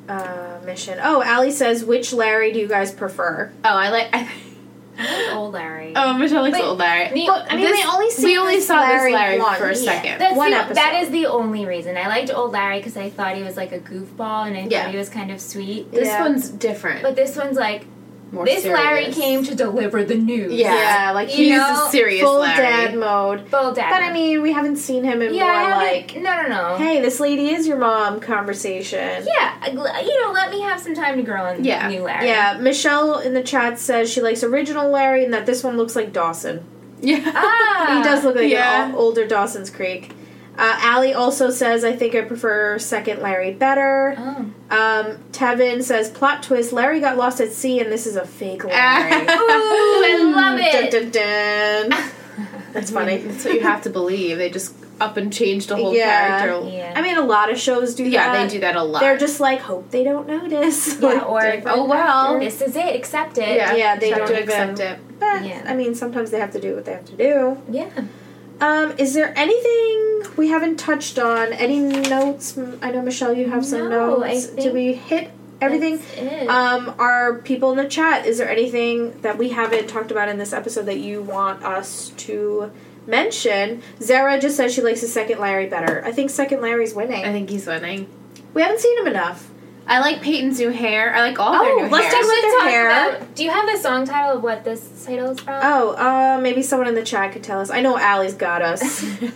S1: uh, mission. Oh, Allie says, which Larry do you guys prefer?
S4: Oh, I like. I,
S5: I like old Larry.
S4: oh, Michelle likes
S5: But-
S4: old Larry.
S5: Me-
S1: But, I mean,
S4: This-
S1: we only see
S4: we only
S1: this
S4: saw
S1: Larry
S4: this Larry
S1: once.
S4: for
S1: Yeah.
S4: a second.
S5: That's
S1: One
S5: the-
S1: episode.
S5: That is the only reason. I liked old Larry because I thought he was like a goofball and I
S4: Yeah.
S5: thought he was kind of sweet.
S4: this
S1: Yeah.
S4: one's different.
S5: But this one's like
S4: more
S5: this Larry
S4: serious.
S5: came to deliver the news.
S4: Yeah.
S1: Yeah, like
S5: You
S1: he's
S4: He's
S5: know,
S4: a serious
S1: full
S4: Larry.
S1: dad mode.
S5: Full dad.
S1: But I mean, we haven't seen him in
S5: yeah, I
S1: more
S5: haven't-
S1: like,
S5: no, no, no.
S1: hey, this lady is your mom conversation.
S5: Yeah, I- you know, let me have some time to grow on
S4: Yeah.
S5: new Larry.
S1: Yeah, Michelle in the chat says she likes original Larry and that this one looks like Dawson.
S4: Yeah.
S5: Ah,
S1: He does look like
S4: Yeah.
S1: an o- older Dawson's Creek. Uh, Allie also says, I think I prefer second Larry better.
S5: Oh.
S1: Um, Tevin says, plot twist, Larry got lost at sea and this is a fake Larry.
S5: I love
S1: Dun,
S5: it.
S1: dun, dun.
S4: That's funny. That's what you have to believe. They just up and changed the whole
S1: Yeah.
S4: character.
S5: Yeah.
S1: I mean, a lot of shows do
S4: Yeah,
S1: that.
S4: they do that a lot.
S1: They're just like, hope they don't notice.
S5: yeah,
S1: Like,
S5: or
S1: different
S4: oh well.
S5: this is it. Accept it.
S4: yeah,
S1: yeah, they
S4: have
S1: don't
S4: to
S1: even-
S4: accept it.
S1: But,
S5: Yeah.
S1: I mean, sometimes they have to do what they have to do.
S5: Yeah.
S1: Um, is there anything we haven't touched on? Any notes? M- I know Michelle, you have some
S5: No, I
S1: notes. Did
S5: think
S1: we hit everything?
S5: That's it.
S1: Um, are people in the chat? Is there anything that we haven't talked about in this episode that you want us to mention? Zara just says she likes the second Larry better. I think second Larry's winning.
S4: I think he's winning.
S1: we haven't seen him enough.
S4: I like Peyton's new hair. I like all
S1: Oh,
S4: their new
S1: let's
S4: hair.
S1: talk with
S5: Let's
S1: their
S5: talk
S1: hair.
S5: about- do you have the song title of what this title is from?
S1: Oh, uh, maybe someone in the chat could tell us. I know Allie's got us.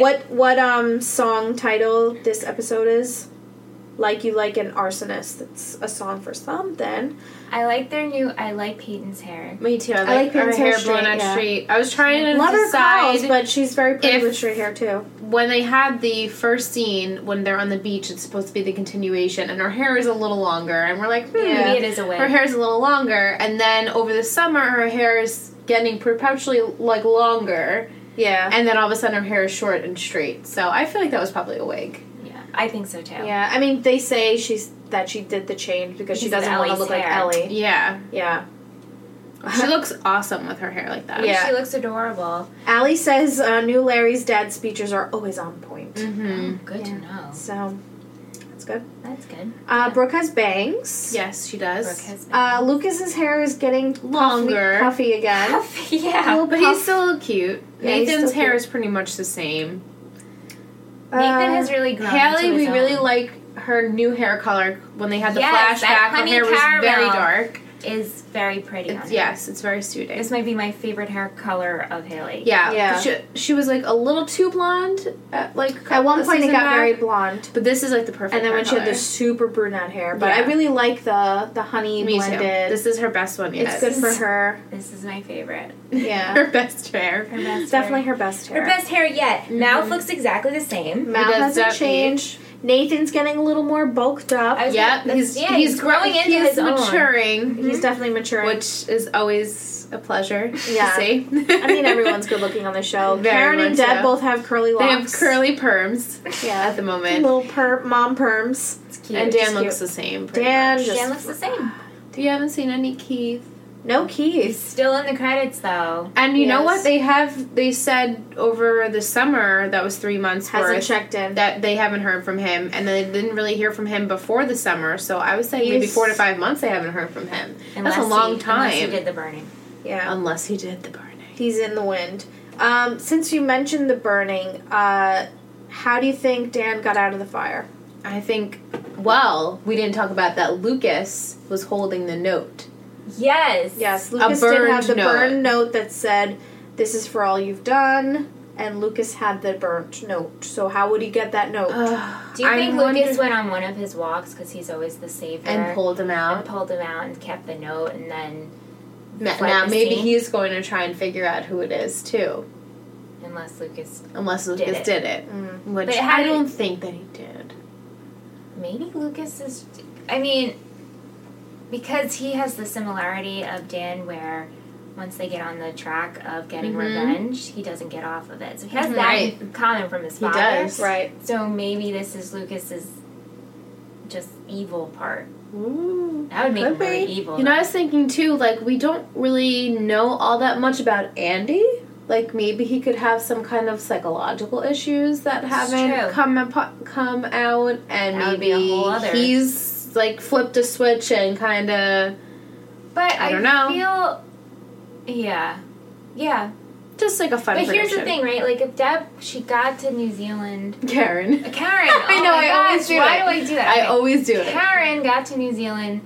S1: what what um song title this episode is? Like you like an arsonist. It's a song for something.
S5: I like their new. I like Peyton's hair.
S4: Me too. I like,
S1: like
S4: her
S1: Peyton's hair
S4: hair blown
S1: straight,
S4: out
S1: yeah.
S4: straight. I was trying to
S1: Love her curls,
S4: decide
S1: but she's very pretty
S4: if-
S1: with straight hair too.
S4: when they had the first scene when they're on the beach. It's supposed to be the continuation, and her hair is a little longer. And we're like, hmm,
S1: Yeah.
S5: Maybe it is a wig.
S4: her hair is a little longer. And then over the summer, her hair is getting perpetually like longer.
S1: Yeah.
S4: And then all of a sudden, her hair is short and straight. So I feel like that was probably a wig.
S5: Yeah, I think so too.
S1: yeah. I mean they say she's that she did the change because she
S5: Because
S1: doesn't
S5: of
S1: want to
S5: Ellie's
S1: look like
S5: hair.
S1: Ellie.
S4: Yeah,
S1: Yeah.
S4: she looks awesome with her hair like that.
S1: Uh-huh. Yeah.
S5: She looks adorable.
S1: Allie says uh, new Larry's dad speeches are always on point.
S4: Mm-hmm.
S5: Oh, good
S1: Yeah.
S5: to know.
S1: So that's good.
S5: That's good.
S1: Uh, Brooke has bangs.
S4: Yes, she
S5: Brooke
S4: does.
S5: has
S1: Uh, Lucas's hair is getting puffy-
S4: Longer.
S1: puffy again.
S5: yeah.
S4: But he's still cute.
S1: Yeah, he's
S4: Nathan's
S1: still
S4: hair
S1: cute.
S4: is pretty much the same.
S1: Uh,
S5: Nathan has really grown.
S4: Haley,
S5: to his
S4: we
S5: own.
S4: really like her new hair color when they had the
S5: Yes, that
S4: flashback. Her
S5: honey
S4: hair was very
S5: caramel.
S4: dark.
S5: is very pretty. on
S4: It's,
S5: her.
S4: yes, it's very suiting.
S5: This might be my favorite hair color of Haley.
S4: yeah,
S1: Yeah.
S4: She, she was like a little too blonde. At, like
S1: At one
S4: a
S1: point, it
S4: season
S1: got
S4: back,
S1: very blonde,
S4: But this is like the perfect.
S1: and then
S4: hair
S1: when she had
S4: color.
S1: the super brunette hair. But I
S4: Yeah.
S1: really like the the honey
S4: me too.
S1: blended.
S4: This is her best one
S1: it's
S4: yet.
S1: good for her.
S5: This is my favorite.
S1: Yeah,
S4: her best hair.
S5: Her best
S1: definitely
S5: hair.
S1: her best hair.
S5: Her best hair yet. Mouth looks exactly the same.
S1: Mouth
S4: It does
S1: hasn't
S4: that
S1: changed. Nathan's getting a little more bulked up.
S5: I was
S4: Yep,
S5: like,
S4: he's
S5: yeah,
S4: he's,
S5: he's growing into
S4: he's
S5: his own.
S4: maturing,
S1: He's definitely maturing.
S4: mm-hmm. which is always a pleasure.
S1: Yeah.
S4: to see.
S1: I mean, everyone's good looking on the show.
S4: Very
S1: Karen and
S4: much
S1: Deb
S4: so.
S1: both have curly
S4: They have
S1: locks.
S4: curly perms
S1: Yeah,
S4: at the moment,
S1: little per- mom perms.
S5: It's cute.
S4: and
S1: Cute,
S4: Dan
S1: cute.
S4: looks the same. pretty
S1: Dan
S4: much.
S1: just
S5: Dan looks the same.
S4: You haven't seen any Keith.
S1: no
S5: He's
S1: keys.
S5: still in the credits though.
S4: And you know
S1: Yes.
S4: what? They have they said over the summer that was three months
S1: Hasn't
S4: worth
S1: checked in.
S4: that they haven't heard from him and they didn't really hear from him before the summer, so I would say maybe
S1: He's-
S4: four to five months they haven't heard from him.
S5: Unless
S4: That's a long
S5: he,
S4: time.
S5: Unless he did the burning.
S1: yeah.
S4: Unless he did the burning.
S1: He's in the wind. Um, since you mentioned the burning, uh, how do you think Dan got out of the fire?
S4: I think well, we didn't talk about that Lucas was holding the note.
S5: Yes.
S1: Yes, Lucas did have
S4: burned
S1: the
S4: note.
S1: burn note that said, "This is for all you've done," and Lucas had the burnt note. So how would he get that note?
S4: Uh,
S5: Do you
S4: I
S5: think
S4: wonder-
S5: Lucas went on one of his walks because he's always the savior
S4: and pulled him
S5: and
S4: out.
S5: pulled him out and kept the note and then
S4: Ma-
S5: Fled
S4: Now
S5: the
S4: maybe
S5: scene.
S4: he's going to try and figure out who it is too.
S5: unless Lucas
S4: Unless
S5: Did
S4: Lucas
S5: it.
S4: did it.
S1: Mm.
S4: Which
S5: But how
S4: I
S5: did-
S4: don't think that he did.
S5: maybe Lucas is I mean because he has the similarity of Dan where once they get on the track of getting
S4: Mhm.
S5: revenge, he doesn't get off of it. So he has
S4: Mhm.
S5: that
S4: Right.
S5: in common from his
S4: He
S5: father.
S4: does.
S1: Right.
S5: So maybe this is Lucas's just evil part.
S4: Ooh.
S5: That would make
S4: Could
S5: him really
S4: be.
S5: evil.
S4: You know,
S5: though.
S4: I was thinking too, like, we don't really know all that much about Andy. Like, maybe he could have some kind of psychological issues that
S5: That's
S4: haven't
S5: true.
S4: come, apo- come out, and
S5: That would be
S4: maybe
S5: a whole other-
S4: he's, like, flipped a switch and kind of
S5: But
S4: I
S5: I,
S4: don't know.
S5: Feel, yeah, yeah.
S4: just like a fun
S5: but here's the
S4: prediction.
S5: thing, right? Like if Deb, she got to New Zealand.
S4: Karen.
S5: Karen,
S4: I
S5: oh
S4: know,
S5: my
S4: I
S5: gosh,
S4: always do
S5: Why
S4: it.
S5: do I do that?
S4: I
S5: Okay.
S4: always do it.
S5: Karen got to New Zealand,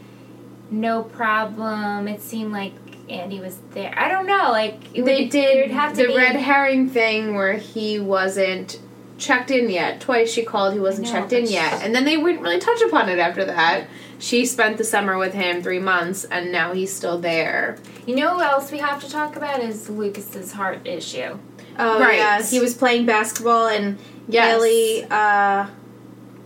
S5: no problem. It seemed like Andy was there. I don't know. Like it
S4: They
S5: would,
S4: did
S5: there'd have to
S4: the
S5: be,
S4: red herring thing where he wasn't checked in yet. Twice she called, he wasn't
S5: know,
S4: checked
S5: but
S4: in yet. And then they wouldn't really touch upon it after that. She spent the summer with him three months and now he's still there.
S5: You know what else we have to talk about is Lucas's heart issue.
S1: Oh
S4: Right.
S1: yeah, he was playing basketball and
S4: Yes.
S1: Ellie uh,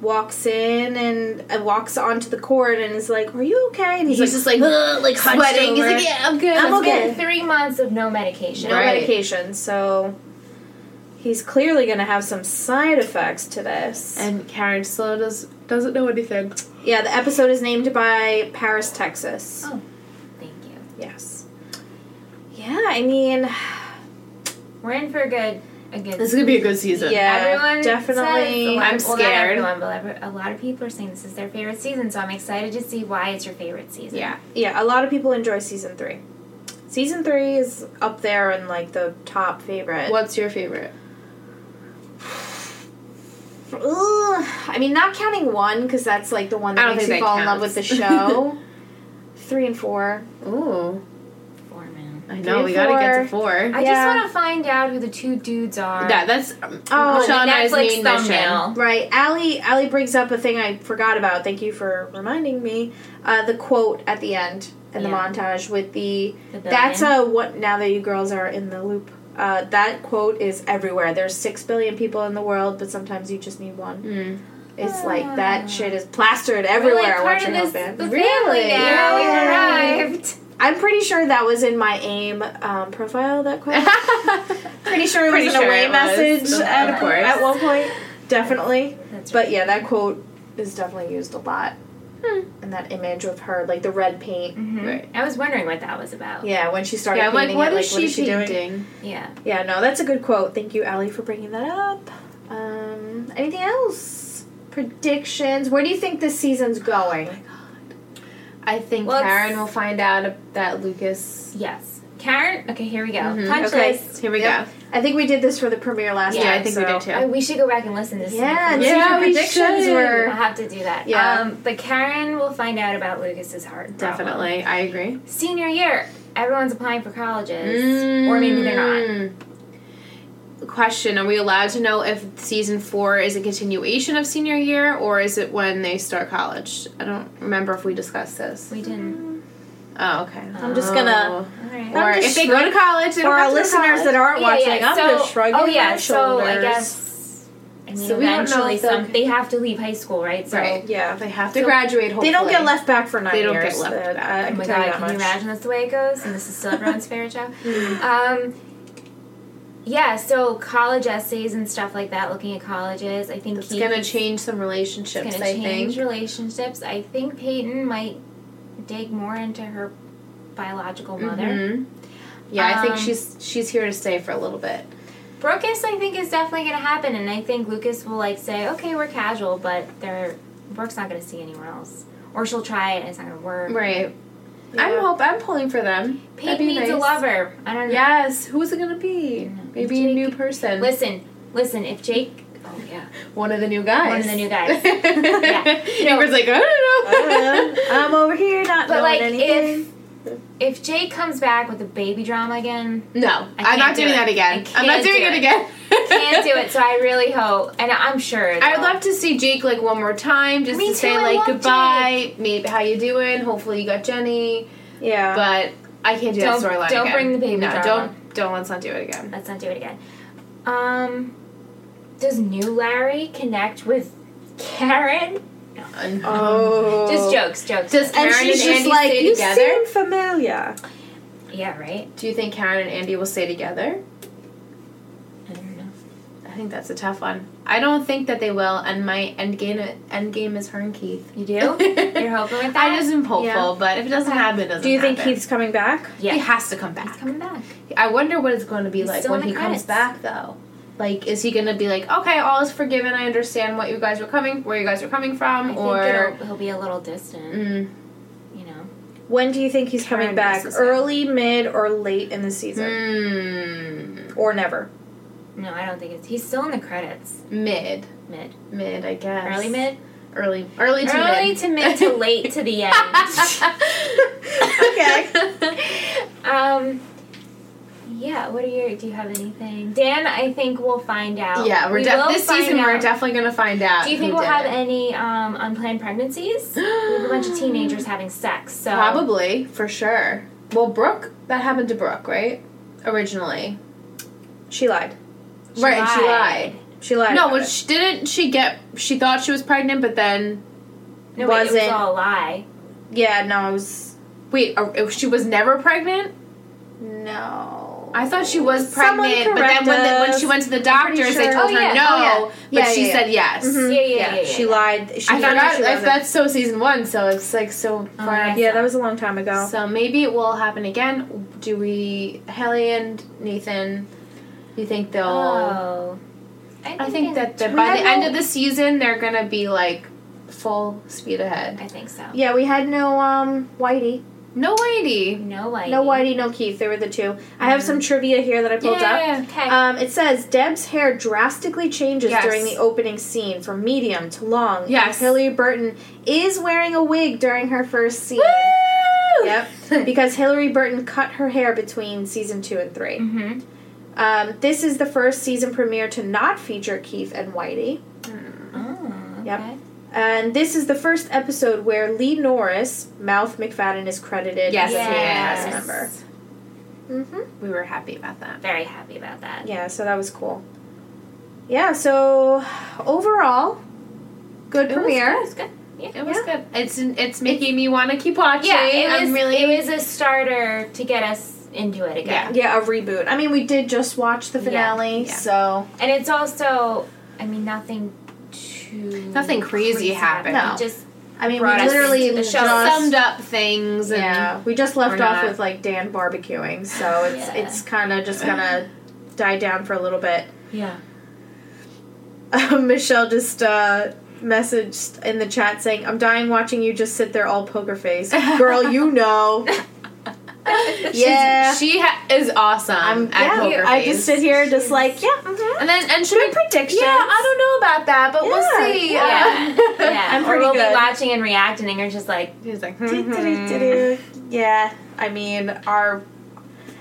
S1: walks in and uh, walks onto the court and is like, "Are you okay?" And he's,
S4: He's, just like, "Ugh," like
S1: hunched
S4: sweating. He's
S1: over.
S4: like, yeah, I'm good.
S1: I'm
S5: It's
S1: okay.
S5: been three months of no medication.
S1: "No
S4: Right.
S1: medication." So he's clearly going to have some side effects to this.
S4: And Karen still does, doesn't know anything.
S1: yeah, the episode is named by Paris, Texas.
S5: Oh. Thank you.
S1: Yes. Yeah, I mean,
S5: We're in for a good, a good.
S4: This is gonna be a good season.
S1: Yeah.
S5: Everyone
S1: definitely.
S5: says- a lot-
S4: I'm
S5: well, not
S4: scared.
S5: everyone, but every- a lot of people are saying this is their favorite season, so I'm excited to see why it's your favorite season.
S4: Yeah.
S1: yeah, a lot of people enjoy season three. Season three is up there in like the top favorite.
S4: What's your favorite?
S1: Ugh. I mean, not counting one because that's like the one
S4: I
S1: that
S4: don't
S1: makes you
S4: think that
S1: fall in love with
S4: counts.
S1: the show. Three and four.
S4: Ooh,
S5: Four men.
S4: I
S1: Three,
S4: know we gotta get to four.
S5: I
S1: Yeah.
S5: just want to find out who the two dudes are.
S4: Yeah, that's um,
S1: Oh,
S4: Michelle and I's
S5: Netflix
S4: main mission.
S5: thumbnail.
S1: Right, Allie. Allie brings up a thing I forgot about. Thank you for reminding me. Uh, the quote at the end in the
S5: Yeah.
S1: montage with the
S5: The
S1: that's uh,
S5: billion.
S1: a what now that you girls are in the loop. Uh, that quote is everywhere. There's six billion people in the world, but sometimes you just need one.
S4: Mm.
S1: It's like
S4: Ah.
S1: that shit is plastered everywhere.
S5: We're like part
S1: once
S5: of
S1: you're
S5: this,
S1: open.
S5: the family now.
S1: Yay.
S5: We arrived.
S1: I'm pretty sure that was in my AIM um, profile. That quote. pretty sure it
S4: Pretty
S1: was
S4: sure
S1: an away
S4: it was.
S1: message
S4: Of
S1: at, a-
S4: course.
S1: at one point. Definitely.
S5: That's
S1: But yeah, that quote is definitely used a lot.
S4: Hmm.
S1: And that image of her, like the red paint.
S5: Mhm.
S4: Right.
S5: I was wondering what that was about.
S1: Yeah, when she started
S4: yeah, I'm like,
S1: painting
S4: what
S1: it,
S4: is
S1: like,
S4: she,
S1: doing?
S4: painting?
S5: Yeah.
S1: Yeah, no, that's a good quote. Thank you, Allie, for bringing that up. Um, anything else? Predictions. Where do you think this season's going?
S4: I think
S5: Well, it's-
S4: Karen will find out that Lucas.
S5: Yes. Karen. Okay, here we go.
S4: Mhm.
S5: Punch
S1: Mm-hmm. Okay.
S5: list.
S4: Here we
S1: Yep.
S4: go.
S1: I think we did this for the premiere last
S4: Yeah,
S1: time.
S4: I think
S1: so-
S4: we did too.
S5: I- Uh, we should go back and listen to this.
S1: Yeah, and see
S4: Yeah,
S1: if your
S4: we
S1: predictions
S4: should.
S5: I'll
S1: were.
S5: have to do that.
S1: Yeah.
S5: Um, but Karen will find out about Lucas's heart. problem.
S4: Definitely, I agree.
S5: Senior year, everyone's applying for colleges,
S1: Mm.
S5: or maybe they're not.
S4: Mm. Question: Are we allowed to know if season four is a continuation of senior year or is it when they start college? I don't remember if we discussed this.
S5: We didn't.
S4: Oh, okay. Oh.
S5: I'm
S1: just gonna-
S5: All right.
S4: Or
S1: I'm just
S4: if they go to college, they
S1: For
S4: don't have
S1: our
S4: to go to
S1: listeners
S4: college.
S1: that aren't watching, I'm
S5: so,
S1: just shrugging
S5: oh, yeah,
S1: my
S5: so
S1: shoulders.
S5: I guess. I mean,
S4: So we don't know
S5: eventually,
S4: if they'll-
S5: some they have to leave high school, right? So,
S4: Right.
S1: Yeah,
S4: they have to
S1: So
S4: graduate. Hopefully.
S1: they don't get left back for nine
S4: They don't
S1: years.
S4: get left
S1: uh,
S4: back.
S1: I, I
S5: Oh
S1: can
S5: my
S1: tell you that
S5: god, can you
S1: much. Mm.
S5: imagine that's the way it goes? And this is still everyone's favorite show. Um, yeah, so college essays and stuff like that, looking at colleges, I think
S4: It's
S5: he-
S4: gonna change some
S5: it's
S4: relationships.
S5: gonna
S4: I
S5: change
S4: think.
S5: relationships. I think Peyton might dig more into her biological
S1: Mm-hmm.
S5: mother.
S4: Mhm. Yeah, I think
S5: Um,
S4: she's she's here to stay for a little bit.
S5: Brookus, I think, is definitely gonna happen, and I think Lucas will like say, "Okay, we're casual," but they're Brooke's not gonna see anyone else, or she'll try it and it's not gonna work.
S4: Right.
S1: Yeah.
S4: I'm hope I'm pulling for them. That'd
S5: Peyton
S4: be
S5: needs a
S4: nice.
S5: lover. I don't know.
S4: Yes. Who's it gonna be? Maybe a new person.
S5: Listen, listen. If Jake, oh yeah.
S4: One of the new guys.
S5: One of the new guys.
S4: yeah. Amber's like, I
S1: I
S4: don't know.
S1: don't know.
S5: Um,
S1: I'm over here not
S5: But
S1: knowing
S5: like
S1: anything.
S5: if if Jake comes back with a baby drama again,
S4: no,
S5: I
S4: I'm not
S5: can't do
S4: doing
S5: it.
S4: that
S5: I
S4: again. I'm
S5: can't
S4: not doing
S5: do
S4: it,
S5: it.
S4: again.
S5: can't do it. So I really hope, and I'm sure.
S4: I would
S5: they'll-
S4: love to see Jake like one more time, just
S5: Me
S4: to
S5: too,
S4: say
S5: I
S4: like
S5: love
S4: goodbye. Maybe how you doing? Hopefully you got Jenny.
S1: yeah.
S4: But I can't do that
S5: Don't-
S4: storyline.
S5: don't
S4: again.
S5: bring the baby
S4: No,
S5: drama.
S4: don't don't let's not do it again.
S5: Let's not do it again. Um, does new Larry connect with Karen? Um,
S1: oh.
S5: Just jokes, jokes.
S4: Does
S5: jokes.
S1: And
S4: Karen
S1: she's just
S4: and Andy
S1: like,
S4: stay
S1: you
S4: together?"
S1: seem familiar.
S5: yeah, right.
S4: Do you think Karen and Andy will stay together?
S5: I don't know.
S4: I think that's a tough one. I don't think that they will, and my end game end game is her and Keith.
S5: You do? You're hoping with that?
S4: I just am hopeful,
S1: Yeah.
S4: but if it doesn't happen, it doesn't.
S1: Do you think
S4: happen.
S1: Keith's coming back?
S5: yeah.
S4: He has to come back.
S5: He's coming back.
S4: I wonder what it's going to be
S5: He's
S4: like
S5: still
S4: when
S5: in
S4: he
S5: the
S4: comes
S5: credits.
S4: back, though. Like, is he going to be like, okay, all is forgiven. I understand what you guys were coming, where you guys were coming
S5: I
S4: from,
S5: think
S4: or
S5: it'll- he'll be a little distant.
S4: Mm,
S5: You know.
S1: When do you think he's coming
S4: Karen
S1: back?
S4: misses him.
S1: Early, mid, or late in the season?
S4: mm,
S1: Or never?
S5: No, I don't think it's. He's still in the credits.
S4: mid,
S5: Mid,
S4: mid, I guess,
S5: early mid,
S4: early, early to
S5: early
S4: mid.
S5: to mid to late to the end.
S1: Okay.
S5: Um. Yeah. What are your? Do you have anything, Dan? I think we'll find out.
S4: Yeah, we're
S5: we
S4: de-
S5: will
S4: this
S5: find
S4: season we're
S5: out.
S4: definitely gonna find out.
S5: Do you think we'll have any um, unplanned pregnancies? we have a bunch of teenagers having sex. So
S4: Probably for sure. Well, Brooke, that happened to Brooke, right? Originally,
S1: She lied. Right, and
S5: lied.
S1: she She lied.
S4: No,
S1: about
S4: which
S1: it.
S4: she didn't she get? She thought she was pregnant, but then
S5: No, wait, it was
S1: Wasn't.
S5: all a lie.
S1: yeah, no, it was
S4: wait, uh, she was never pregnant.
S1: no.
S4: I thought she was
S1: Someone
S4: pregnant, but then when, the,
S1: correct
S4: when
S1: us.
S4: she went to the doctors, they
S1: sure.
S4: told
S5: Oh,
S4: her
S5: yeah. Mm-hmm.
S4: no,
S1: Oh, yeah.
S4: but
S1: Yeah,
S4: she
S1: yeah,
S4: said yes.
S1: Mhm.
S5: Yeah, yeah, yeah. yeah,
S1: she
S5: yeah.
S1: lied. She
S4: I
S1: lied,
S4: forgot
S1: she
S4: if
S1: wasn't.
S4: that's so season one, so it's like so
S5: Oh,
S4: far.
S5: yeah.
S1: yeah, that was a long time ago.
S4: So maybe it will happen again. Do we, Haley and Nathan? You think they'll?
S5: Oh.
S4: I think that the,
S5: it's-
S4: by the
S1: no-
S4: end of the season, they're gonna be like full speed ahead.
S5: I think so.
S1: yeah, we had no um Whitey.
S4: No lady.
S5: No white.
S1: No Whitey, no Keith. They were the two. I have some trivia here that I pulled up.
S5: Okay.
S1: Um, it says Deb's hair drastically changes
S4: Yes.
S1: during the opening scene from medium to long.
S4: Yes.
S1: Hillary Burton is wearing a wig during her first scene. Yep. because Hillary Burton cut her hair between season two and 3
S5: Mhm.
S1: Um, this is the first season premiere to not feature Keith and Whitey.
S4: Hmm.
S5: Oh,
S1: Yep.
S5: okay.
S1: And this is the first episode where Lee Norris, Mouth McFadden, is credited
S4: Yes,
S1: as a main
S5: Yes.
S1: cast member. Mm-hmm.
S4: We were happy about that.
S5: Very happy about that.
S1: Yeah, so that was cool. Yeah, so overall, good
S4: It was
S1: premiere.
S5: It was good.
S4: It was good. It's it's making me want to keep watching.
S5: Yeah, it was,
S4: I'm really.
S5: it was a starter to get us into it again.
S1: Yeah, a reboot. I mean, we did just watch the
S5: Yeah,
S1: finale,
S4: yeah.
S1: so
S5: And it's also, I mean, nothing too.
S4: Nothing crazy happened.
S1: No.
S5: It Just
S1: I mean, we
S5: Brought us
S1: literally
S5: into the show.
S1: just-
S4: summed up things. And
S1: Yeah, we just left
S4: Or
S1: off
S4: not.
S1: with like Dan barbecuing, so it's
S5: Yeah.
S1: it's kind of just gonna die down for a little bit.
S5: yeah.
S1: Um, Michelle just uh, messaged in the chat saying, "I'm dying watching you just sit there all poker face, girl. You know, yeah."
S4: She's- she ha- is awesome
S1: I'm,
S4: Um, at
S1: yeah,
S4: poker
S1: I just
S4: face.
S1: sit here, just like, yeah, mhm.
S4: And then and should
S1: good
S4: we?
S1: predictions.
S4: Yeah, I don't know about that, but
S1: Yeah,
S4: we'll see. Uh,
S5: yeah. Yeah.
S1: I'm
S5: or
S1: pretty
S5: we'll
S1: good.
S5: be watching and reacting, and you're just like,
S4: He's like,
S1: Do-do-do-do-do. Yeah, I mean, our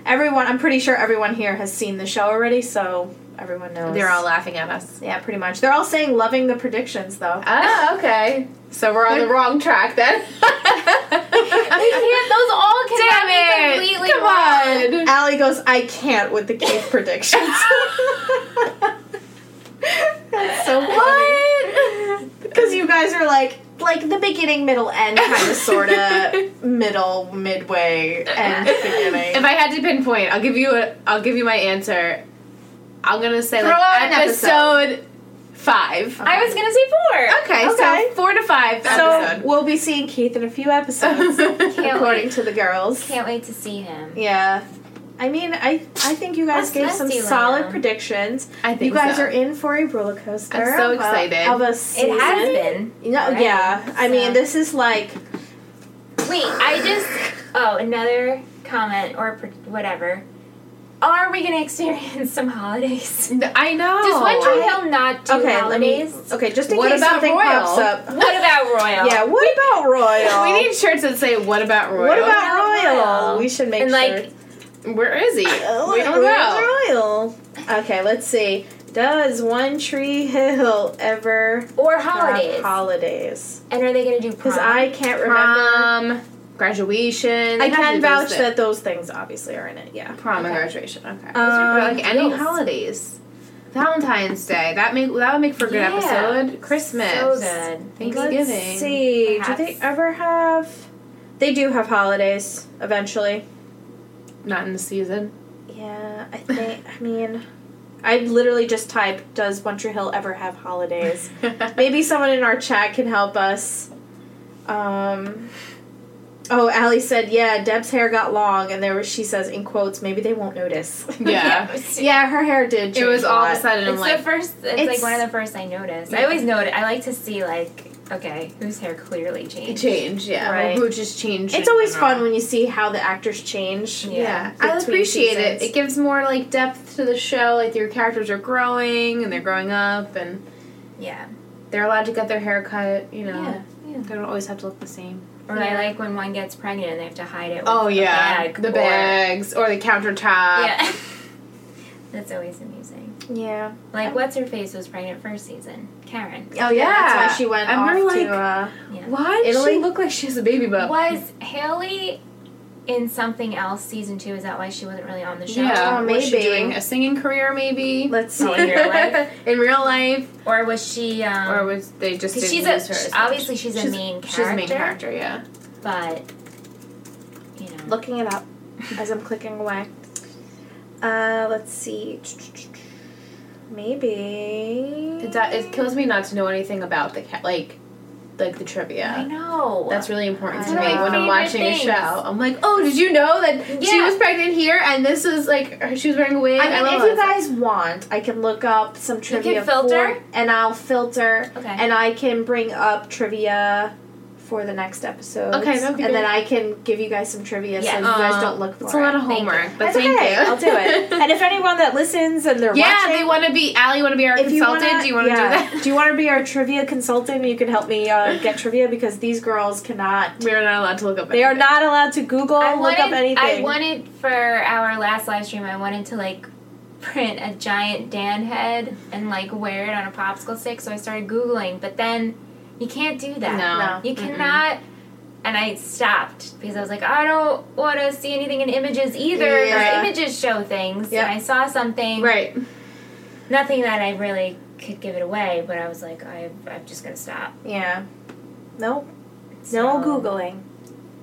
S1: everyone. I'm pretty sure everyone here has seen the show already, so everyone knows.
S4: they're all laughing at us.
S1: Yeah, pretty much. They're all saying loving the predictions though.
S4: Oh, okay. So we're on the wrong track then.
S5: we can't. Those all
S4: Damn
S5: cannot be
S4: it!
S5: completely
S4: Come
S5: wrong.
S4: on.
S1: Allie goes, I can't with the Keith predictions. That's so funny. Because you guys are like like the beginning, middle, end kind of sorta middle, midway, end beginning.
S4: If I had to pinpoint, I'll give you a. I'll give you my answer. I'm gonna say
S1: Throw out
S4: like
S1: an
S4: episode, five.
S5: I was gonna say four.
S4: Okay,
S1: Okay.
S4: so four to five
S1: so
S4: episode.
S1: we'll be seeing Keith in a few episodes,
S5: Can't
S1: according
S5: wait.
S1: to the girls.
S5: Can't wait to see him.
S1: Yeah. I mean, I I think you guys
S5: Let's-
S1: gave
S5: let's
S1: some
S5: do one
S1: solid
S5: now.
S1: predictions.
S4: I
S1: You
S4: think
S1: guys
S4: so.
S1: are in for a roller coaster.
S4: I'm so
S1: of a-
S4: excited.
S1: Of a
S5: It
S1: season.
S5: has been.
S1: You know,
S5: Right.
S1: yeah. I
S5: So-
S1: mean, this is like
S5: Wait, I just. Oh, another comment or pr- whatever. Are we gonna experience some holidays?
S4: I know.
S5: Does One Tree
S1: I-
S5: Hill not do
S1: okay. Let me.
S5: holidays?
S1: Okay, just in
S4: What
S1: case
S4: about
S1: something
S4: Royal?
S1: pops up.
S5: What about Royal?
S1: Yeah. What about Royal?
S4: We need shirts that say "What about Royal?"
S1: What
S5: What
S1: about
S5: about
S1: Royal?
S5: Royal?
S1: We should make
S5: And,
S1: sure.
S5: like,
S4: Where is he?
S1: Oh,
S4: we don't
S1: where's
S4: know.
S1: Royal. Okay, let's see. Does One Tree Hill ever
S5: Or
S1: have
S5: holidays?
S1: holidays?
S5: and are they gonna do
S1: Because
S5: prom?
S1: I can't remember.
S4: Prom, graduation.
S1: I
S4: they have
S1: can
S4: to do those
S1: vouch
S4: things.
S1: that those things obviously are in it. Yeah.
S4: Prom and
S5: Okay.
S4: graduation. Okay.
S1: Um,
S4: Or like any
S5: yes.
S4: holidays. Valentine's Day. That make that would make for a good
S5: Yeah.
S4: episode. Christmas.
S5: So good.
S4: Thanksgiving.
S1: Let's see. Do they
S5: Perhaps.
S1: ever have? They do have holidays eventually.
S4: Not in the season.
S1: Yeah, I think. I mean, I literally just typed, "Does One Tree Hill ever have holidays?" Maybe someone in our chat can help us. Um. Oh, Allie said, "Yeah, Deb's hair got long," and there was. She says in quotes, "Maybe they won't notice."
S4: yeah.
S5: it's,
S1: yeah, her hair did. Change
S4: It was
S1: a
S4: all
S1: lot.
S4: of a sudden. I'm
S5: it's
S4: like,
S5: the first. It's,
S1: It's-
S5: like one of the first I noticed. I
S4: Yeah.
S5: always notice. I like to see like okay, whose hair clearly changed.
S4: change. Yeah.
S1: Right.
S4: Who just changed.
S1: It's
S4: in
S1: always
S4: general.
S1: fun when you see how the actors change.
S5: Yeah.
S4: Yeah, I
S1: Between
S4: appreciate
S1: seasons.
S4: it. It gives more like depth to the show. Like your characters are growing and they're growing up, and
S5: Yeah.
S4: they're allowed to get their hair cut. You know,
S5: Yeah. yeah.
S4: they don't always have to look the same.
S5: Or I like when one gets pregnant and they have to hide it. With
S4: Oh yeah,
S5: a bag
S4: the
S5: or-
S4: bags or the countertop.
S5: Yeah. That's always amusing.
S1: Yeah.
S4: Um,
S5: Like, what's her face was pregnant first season? Karen
S1: Oh yeah, that's
S4: Yeah.
S1: why she went
S4: I
S1: off
S4: remember,
S1: to.
S4: like-
S1: Uh,
S4: Why does
S1: Italy?
S4: she look like she has a baby bump?
S5: was Haley in something else season two? Is that why she wasn't really on the show?
S4: Yeah,
S1: Oh,
S4: was she
S1: maybe.
S4: doing a singing career, maybe?
S1: Let's see.
S5: Oh, in real life?
S4: in real life,
S5: Or was she? Um,
S4: or was they just?
S5: 'cause
S4: Didn't
S5: she's
S4: use
S5: a
S4: her as much?
S5: obviously she's, a main character.
S4: She's a main character, yeah.
S5: but you know,
S1: Looking it up as I'm clicking away. Uh, let's see. Maybe.
S4: It, do- it kills me not to know anything about the cat, like, like the trivia.
S5: I know
S4: That's really important
S5: It's
S4: to
S5: one of
S4: me
S5: my
S4: when I'm
S5: favorite
S4: watching
S5: things.
S4: a show. I'm like, oh, did you know that she
S5: Yeah.
S4: was pregnant here and this is like her- she was wearing a wig?
S1: I mean,
S4: love
S1: if you
S4: all that
S1: guys want, I can look up some
S5: can
S1: trivia.
S5: filter?
S1: for- and I'll filter,
S5: Okay.
S1: and I can bring up trivia for the next episode.
S4: Okay, that'd be
S1: and then
S4: great.
S1: I can give you guys some trivia so
S5: Yeah.
S1: you guys
S4: Aw,
S1: don't look for
S4: stuff. It's a
S1: it.
S4: lot of
S5: Thank
S4: homework, but
S1: That's
S4: thank
S1: okay.
S4: you.
S1: I'll do it. and if anyone that listens and they're
S4: yeah,
S1: watching,
S4: they want to be. Allie want to be our
S1: if you
S4: consultant.
S1: wanna,
S4: do you want to
S1: yeah.
S4: do that?
S1: Do you want to be our trivia consultant? You can help me uh, get trivia because these girls cannot.
S4: We are not allowed to look up.
S1: They are not allowed to Google
S5: I
S1: look up
S5: wanted- I
S1: anything.
S5: wanted for our last live stream. I wanted to like print a giant Dan head and like wear it on a popsicle stick. So I started googling, but then you can't do that.
S4: No.
S5: you cannot. And I stopped because I was like, I don't want to see anything in images either. 'cause
S1: Yeah.
S5: images show things.
S1: Yeah.
S5: And I saw something.
S4: right.
S5: Nothing that I really could give it away, but I was like, I, I'm just gonna stop.
S1: yeah. Nope.
S5: So,
S1: No googling.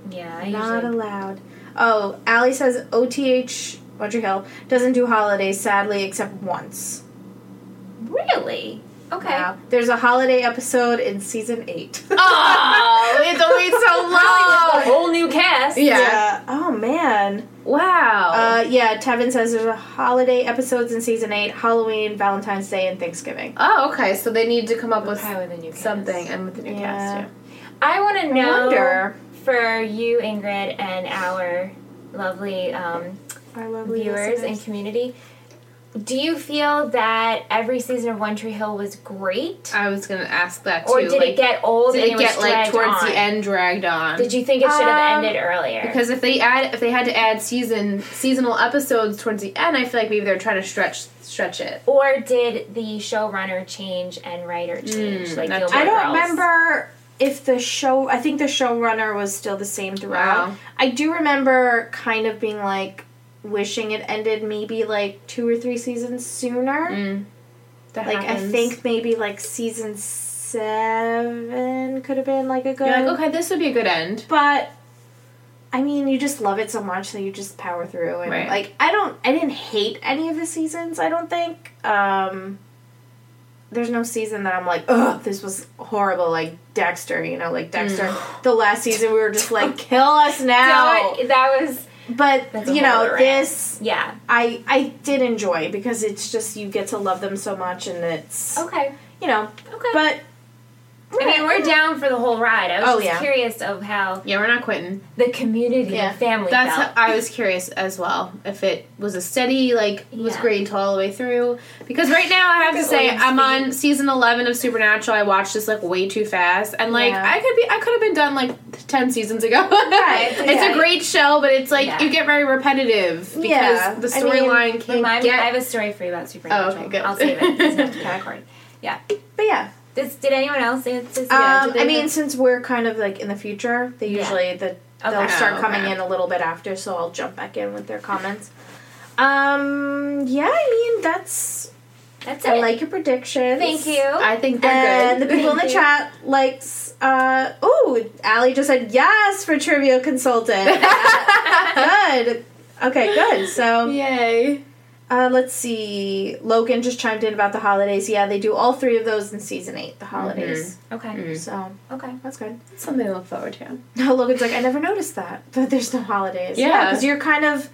S5: Yeah, I
S1: Not
S5: usually.
S1: allowed. Oh, Allie says OTH Roger Hill doesn't do holidays sadly except once.
S5: Really? Okay.
S1: Wow. There's a holiday episode in season eight.
S4: Oh, we have to wait so
S5: Oh, a
S4: long.
S5: whole new cast.
S4: Yeah. Oh.
S1: Oh man.
S4: Wow.
S1: Uh, yeah. Tevin says there's a holiday episodes in season eight: Halloween, Valentine's Day, and Thanksgiving.
S4: oh, okay. So they need to come up with
S5: Probably the new cast.
S4: something and with the new
S1: Yeah.
S4: cast.
S5: I want to
S1: I
S5: know
S1: wonder.
S5: for you, Ingrid, and our lovely um,
S1: Our lovely
S5: viewers and
S1: listeners.
S5: community. Do you feel that every season of One Tree Hill was great,
S4: Yeah. I was gonna ask that too.
S5: or did
S4: like,
S5: it get old?
S4: did
S5: and
S4: it
S5: was
S4: get like
S5: dragged
S4: towards
S5: on?
S4: the end dragged on?
S5: Did you think it should have
S1: Um,
S5: ended earlier?
S4: Because if they add, if they had to add season seasonal episodes towards the end, I feel like maybe they're trying to stretch stretch it.
S5: or did the showrunner change and writer change?
S4: Mm,
S5: like
S4: that's
S5: Gilmore
S1: I don't
S5: Girls?
S1: remember if the show. I think the showrunner was still the same throughout.
S4: Wow.
S1: I do remember kind of being like wishing it ended maybe like two or three seasons sooner.
S4: Mm. That
S1: Like I
S4: happens.
S1: think maybe like season seven could have been like a good.
S4: you're like, okay, this would be a good end.
S1: But I mean, you just love it so much that you just power through. And
S4: Right.
S1: like I don't, I didn't hate any of the seasons. I don't think. Um There's no season that I'm like, ugh, this was horrible. Like Dexter, you know, like Dexter.
S5: Mm.
S1: The last season we were just like, kill us now.
S5: That, that was
S1: But
S5: That's a
S1: you
S5: whole
S1: know,
S5: other rant.
S1: this
S5: yeah.
S1: I I did enjoy because it's just you get to love them so much and it's
S5: Okay.
S1: you know.
S5: Okay.
S1: But
S5: I mean, we're down for the whole ride. I was
S1: Oh,
S5: just
S1: yeah.
S5: curious of how
S4: Yeah, we're not quitting.
S5: the community
S1: Yeah.
S5: and family
S4: That's
S5: felt.
S4: how, I was curious as well. If it was a steady, like it was
S5: Yeah.
S4: great until all the way through. Because right now I have to say I'm on season eleven of Supernatural. I watched this like way too fast, and like
S1: Yeah.
S4: I could be, I could have been done like ten seasons ago.
S1: Right,
S4: it's
S1: yeah.
S4: a great show, but it's like
S5: Yeah.
S4: you get very repetitive because
S1: Yeah,
S4: the
S1: I mean,
S4: storyline can't
S5: Remind
S4: get
S5: me, I have a story for you about Supernatural.
S4: Oh, okay, good.
S5: I'll save it. It doesn't have to be recorded. Yeah.
S1: but yeah.
S5: This, did anyone else? It's, it's, yeah,
S1: Um,
S5: did they-
S1: I mean, since we're kind of like in the future, they
S5: Yeah.
S1: usually the they'll
S5: Okay.
S1: start
S4: Oh,
S1: coming
S4: okay.
S1: in a little bit after, so I'll jump back in with their comments. Um, yeah, I mean that's
S5: that's
S1: I
S5: it.
S1: like your predictions.
S5: Thank you.
S4: I think they're
S1: And the
S4: good.
S1: people in the
S5: Thank you.
S1: chat likes. Uh, ooh, Allie just said yes for trivia consultant. good. Okay, good. So
S4: Yay.
S1: Uh, let's see. Logan just chimed in about the holidays. Yeah, they do all three of those in season eight, the holidays.
S5: okay.
S4: Mm.
S1: So
S5: Okay.
S1: that's good.
S4: Something to look forward to.
S1: Now Logan's like, I never noticed that that there's no holidays.
S4: Yeah.
S1: because you're kind of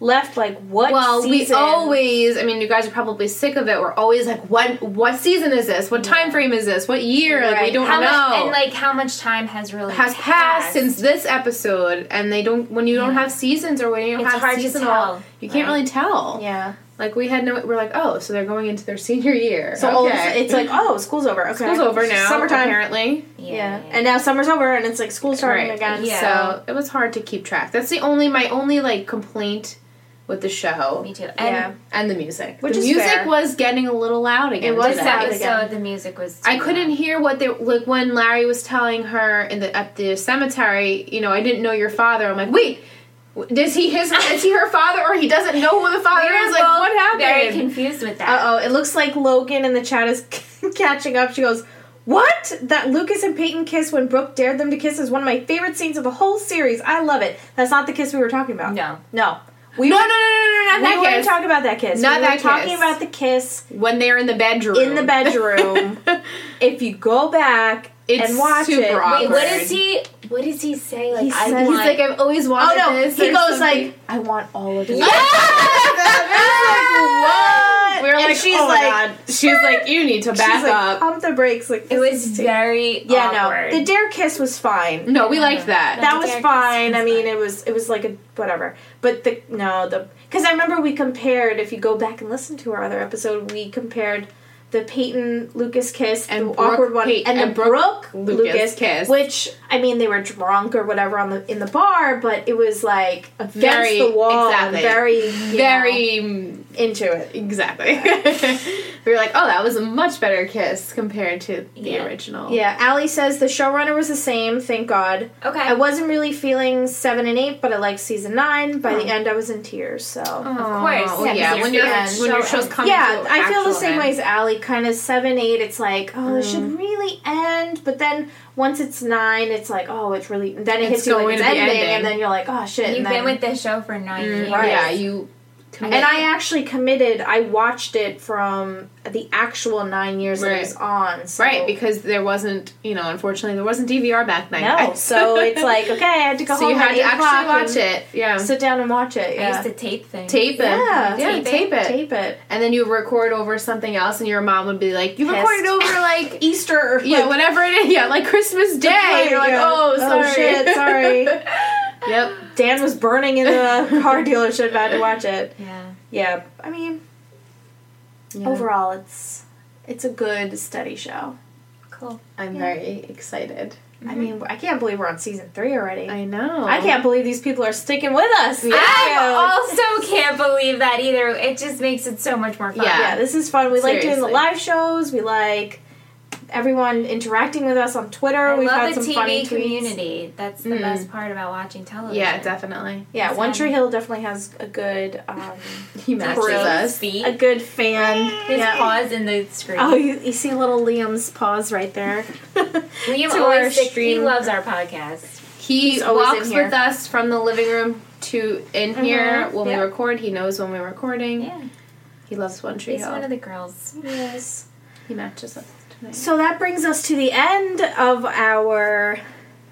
S1: left like what?
S4: Well,
S1: season?
S4: we always, I mean, you guys are probably sick of it. We're always like, what what season is this? What time frame is this? What year? Like,
S1: Right.
S4: we don't
S5: How
S4: know.
S5: much, and like, how much time has really
S4: has passed since this episode, and they don't, when you don't have seasons or when you don't
S5: It's
S4: have
S5: hard to
S4: seasonal,
S5: tell,
S4: you can't
S5: right?
S4: really tell.
S1: yeah.
S4: Like, we had no, we're like, oh, so they're going into their senior year.
S1: So all of a sudden it's like, oh, school's over. Okay,
S4: School's over now,
S1: Summertime.
S4: apparently.
S1: Yeah. and now summer's over, and it's like school starting
S4: Right.
S1: again.
S5: Yeah.
S4: So it was hard to keep track. That's the only my only like complaint with the show
S5: me too. And
S1: Yeah.
S4: and the music.
S1: Which
S4: the
S1: is
S4: music
S1: fair.
S4: was getting a little loud again.
S1: It was
S4: today.
S5: this
S1: loud.
S5: episode,
S1: again.
S5: the music was.
S4: I
S5: too
S4: couldn't
S5: loud.
S4: hear what they like when Larry was telling her in the at the cemetery. You know, I didn't know your father. I'm like, wait, Is he his? is he her father, or he doesn't know who the father
S5: We were
S4: is? Like,
S5: both
S4: what happened?
S5: Very confused with that.
S1: Uh oh, it looks like Logan in the chat is catching up. She goes, What? That Lucas and Peyton kiss when Brooke dared them to kiss is one of my favorite scenes of the whole series. I love it. That's not the kiss we were talking about.
S5: No.
S1: No. We
S4: no,
S1: were,
S4: no, no, no, no,
S1: we
S4: not
S1: weren't
S4: that kiss.
S1: talking about that kiss.
S4: Not
S1: we were
S4: that
S1: talking
S4: kiss.
S1: about the kiss
S4: when they're in the bedroom.
S1: in the bedroom. if you go back
S4: It's
S1: and watch
S4: super
S1: it.
S4: awkward.
S5: Wait, what does he? What does he say? Like
S1: He
S5: I
S1: says-
S5: want.
S4: He's like, I've always
S1: Oh
S4: wanted
S1: no!
S4: this.
S1: He
S4: or
S1: goes
S4: something.
S1: like, "I want all of you."
S4: We were
S1: And
S4: like,
S1: she's
S4: oh my
S1: like,
S4: God. she's like, you need to back
S1: She's like, "Oh,
S4: up.
S1: pump the brakes. Like
S5: it
S1: this
S5: was
S1: is too-
S5: very
S1: yeah,
S5: awkward.
S1: no. The dare kiss was fine.
S4: no, we liked that.
S1: that was
S5: dare kiss
S1: fine.
S5: was
S1: I mean, it was it was like a whatever. But the no the because I remember we compared. If you go back and listen to our other episode, we compared the Peyton Lucas kiss
S4: And
S1: the
S4: Brooke
S1: awkward one
S4: Pey-
S1: and,
S4: and
S1: the
S4: Brooke
S1: Brooke,
S4: Lucas
S1: Lucas,
S4: kiss.
S1: Which I mean, they were drunk or whatever on the in the bar, but it was like against
S4: Very-
S1: the wall, and
S4: exactly.
S1: very you know,
S4: Very
S1: into it.
S4: exactly. we were like, oh, that was a much better kiss compared to the
S5: Yeah.
S4: original.
S1: Yeah, Allie says the showrunner was the same. Thank God.
S5: okay.
S1: I wasn't really feeling seven and eight, but I liked season nine. By the end, I was in tears. So.
S5: of course.
S4: Oh,
S5: yeah,
S4: yeah.
S5: because
S4: When
S5: you're
S4: your
S5: feeling
S4: when your
S5: so-
S4: show's coming.
S1: yeah,
S4: to
S1: I feel the
S4: actual
S1: same
S4: end.
S1: way as Allie. Kind of seven, eight. It's like, oh, it should
S4: Mm.
S1: really end, but then once it's nine, it's like, oh, it's really. Then it
S4: It's
S1: hits you like
S4: going
S1: it's
S4: to be
S1: ending,
S4: ending.
S1: and then you're like, oh shit.
S5: You've
S1: and
S5: been
S1: then,
S5: with this show for
S4: Mm,
S5: nine years.
S1: Right.
S4: Yeah, you.
S1: and I actually committed. I watched it from the actual nine years that it was on. So.
S4: Right, because there wasn't, you know, unfortunately, there wasn't DVR back then.
S1: no, so it's like okay, I had to go
S4: so
S1: home.
S4: you had
S1: at
S4: to
S1: 8 o'clock
S4: actually watch
S1: and
S4: it. Yeah,
S1: Sit down and watch it.
S5: I
S1: Yeah.
S5: used to tape things.
S4: tape it.
S1: Yeah.
S4: yeah, tape it.
S1: Tape it.
S4: and then you record over something else, and your mom would be like, "You
S1: Pissed.
S4: recorded over like
S1: Easter or
S4: yeah, whatever it is, yeah, like Christmas Day."
S1: Right,
S4: You're like,
S1: yeah.
S4: "Oh, sorry,
S1: shit, sorry.
S4: yep,
S1: Dan was burning in the car dealership. I had to watch it.
S5: Yeah.
S1: Yeah, I mean, overall, it's it's a good study show.
S5: Cool.
S4: I'm very excited.
S5: Mm-hmm.
S1: I mean, I can't believe we're on season three already. I,
S4: I know.
S1: can't believe these people are sticking with us. Yeah,
S5: I also can't believe that either. It just makes it so much more fun.
S4: Yeah.
S1: yeah, this is fun. We like doing
S4: Seriously.
S1: the live shows. We like everyone interacting with us on Twitter.
S5: I
S1: We've
S5: love
S1: had
S5: the
S1: some
S5: TV
S1: funny Tweets.
S5: community. That's the
S4: Mm.
S5: best part about watching television.
S4: Yeah, definitely.
S1: Yeah, One
S5: Exactly.
S1: Tree Hill definitely has a good um,
S4: He matches
S1: Gross.
S4: us.
S5: Feet.
S1: a good fan.
S5: His
S1: Yeah.
S5: paws in the screen.
S1: Oh, you, you see little Liam's paws right there.
S5: Liam
S1: to our
S5: always sick. He
S1: stream.
S5: loves our podcast.
S4: He
S1: He's always
S4: walks
S1: in here.
S4: with us from the living room to in here when
S1: yeah.
S4: we record. He knows when we're recording.
S5: Yeah,
S4: He loves One Tree
S5: he's
S4: Hill.
S5: one of the girls.
S1: yes.
S4: he matches us tonight.
S1: So that brings us to the end of our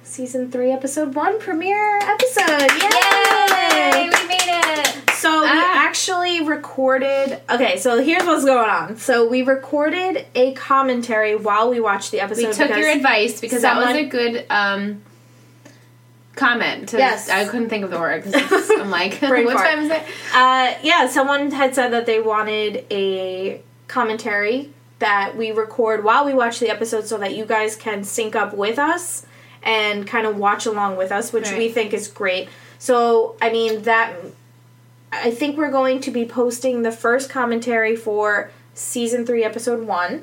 S1: season three, episode one premiere episode. Yay!
S5: Yay, we made it.
S1: So we
S4: Ah.
S1: actually recorded. Okay, so here's what's going on. So we recorded a commentary while we watched the episode.
S4: we took your
S1: because-
S4: advice because that was
S1: someone-
S4: a good um, comment. To,
S1: Yes.
S4: I couldn't think of the word. 'cause it's- I'm like,
S1: Brain
S4: what
S1: fart.
S4: time is it?
S1: Uh, yeah, someone had said that they wanted a commentary that we record while we watch the episode so that you guys can sync up with us and kind of watch along with us, which we
S4: Right.
S1: think is great. So, I mean, that I think we're going to be posting the first commentary for season 3 episode 1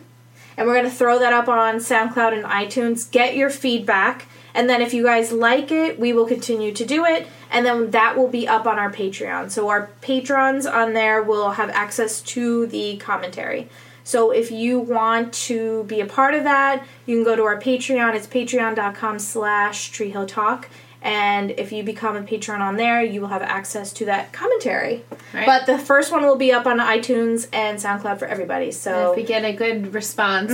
S1: and we're going to throw that up on SoundCloud and iTunes. Get your feedback. And then if you guys like it, we will continue to do it. And then that will be up on our Patreon. So our patrons on there will have access to the commentary. So if you want to be a part of that, you can go to our Patreon. It's patreon.com slash treehilltalk. And if you become a patron on there, you will have access to that commentary.
S4: Right.
S1: But the first one will be up on iTunes and SoundCloud for everybody. So Mm-hmm.
S4: If we get a good response,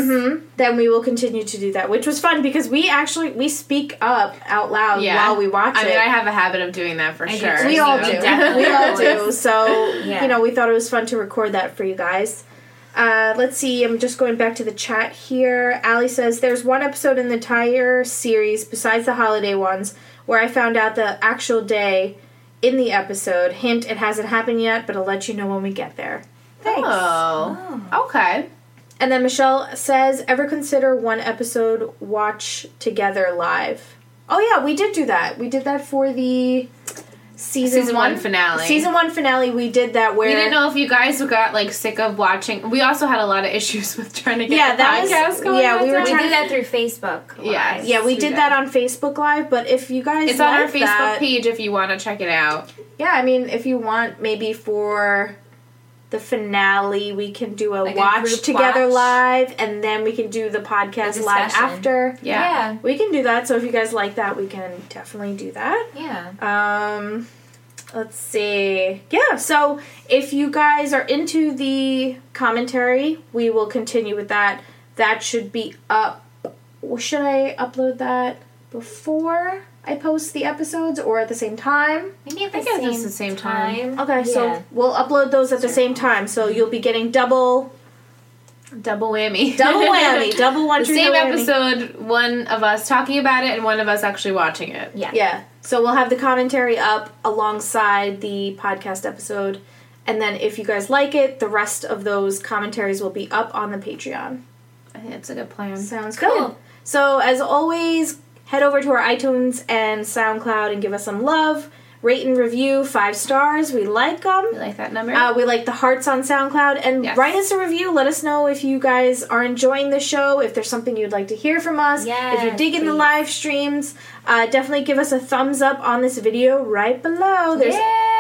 S1: then we will continue to do that, which was fun because we actually we speak up out loud
S4: yeah.
S1: while we watch
S4: I
S1: it.
S4: mean, I have a habit of doing that for
S5: do
S4: sure.
S5: too.
S1: we all do.
S4: so-
S5: definitely
S1: We all do.
S5: always-
S1: So
S5: Yeah.
S1: you know, we thought it was fun to record that for you guys. Uh, let's see. I'm just going back to the chat here. Allie says there's one episode in the entire series besides the holiday ones where I found out the actual day in the episode. Hint: it hasn't happened yet, but I'll let you know when we get there. Thanks.
S4: Oh, okay.
S1: And then Michelle says, ever consider one episode watch together live? Oh yeah, we did do that. We did that for the season,
S4: Season one finale.
S1: Season one finale, we did that where
S4: We didn't know if you guys got like sick of watching. We also had a lot of issues with trying to get
S1: Yeah,
S4: the
S1: that was-
S4: podcast going.
S1: yeah,
S4: on
S1: we were
S4: time.
S5: We
S1: trying-
S5: do that through Facebook. Live.
S4: Yeah,
S1: Yeah, we
S4: We
S1: did
S4: did.
S1: that on Facebook Live, but if you guys
S4: It's on our
S1: like
S4: Facebook
S1: that-
S4: page if you want to check it out.
S1: Yeah, I mean, if you want, maybe for the finale, we can do a
S5: Like a
S1: watch
S5: group
S1: together
S5: watch.
S1: live, and then we can do the podcast
S5: The
S1: live
S5: discussion.
S1: after.
S4: Yeah.
S5: Yeah.
S1: We can do that. So if you guys like that, we can definitely do that.
S5: Yeah.
S1: Um, let's see. Yeah, so if you guys are into the commentary, we will continue with that. That should be up. Should I upload that before I post the episodes or at the same time?
S5: Maybe at
S4: I
S5: the,
S4: guess
S5: same,
S4: it's the same time.
S5: time.
S1: Okay,
S5: Yeah.
S1: so we'll upload those at the same time. So you'll be getting double,
S4: Double whammy.
S1: double whammy, double one
S4: the
S1: tree
S4: same
S1: hill whammy.
S4: episode, one of us talking about it and one of us actually watching it.
S5: Yeah.
S1: Yeah. So we'll have the commentary up alongside the podcast episode. And then if you guys like it, the rest of those commentaries will be up on the Patreon.
S4: I think it's a good plan.
S1: Sounds
S5: Cool.
S1: good. So as always, head over to our iTunes and SoundCloud and give us some love. Rate and review five stars. We like them.
S4: You like that number?
S1: Uh, we like the hearts on SoundCloud. And
S4: Yes.
S1: write us a review. Let us know if you guys are enjoying the show, if there's something you'd like to hear from us, if you're
S5: Yes,
S1: digging the
S5: please.
S1: live streams. Uh, definitely give us a thumbs up on this video right below. There's,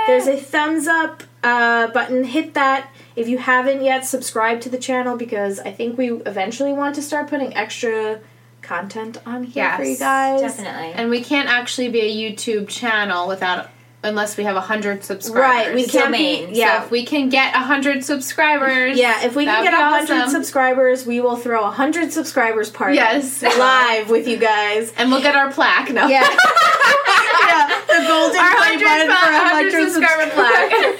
S1: there's a thumbs up uh, button. Hit that. If you haven't yet, subscribe to the channel because I think we eventually want to start putting extra content on here for you
S4: Yes,
S1: guys.
S5: Definitely.
S4: and we can't actually be a YouTube channel without unless we have a hundred subscribers.
S1: Right, we can't be.
S5: Domain.
S1: Yeah,
S4: So if we can get a hundred subscribers,
S1: Yeah, if we can
S4: that'd
S1: get
S4: be
S1: a hundred
S4: awesome.
S1: subscribers, we will throw a hundred subscribers party.
S4: Yes.
S1: live with you guys.
S4: and we'll get our plaque. No,
S1: Yeah, yeah. The golden
S4: our
S1: play
S4: hundred,
S1: button for a hundred
S4: subscriber
S1: subscribers.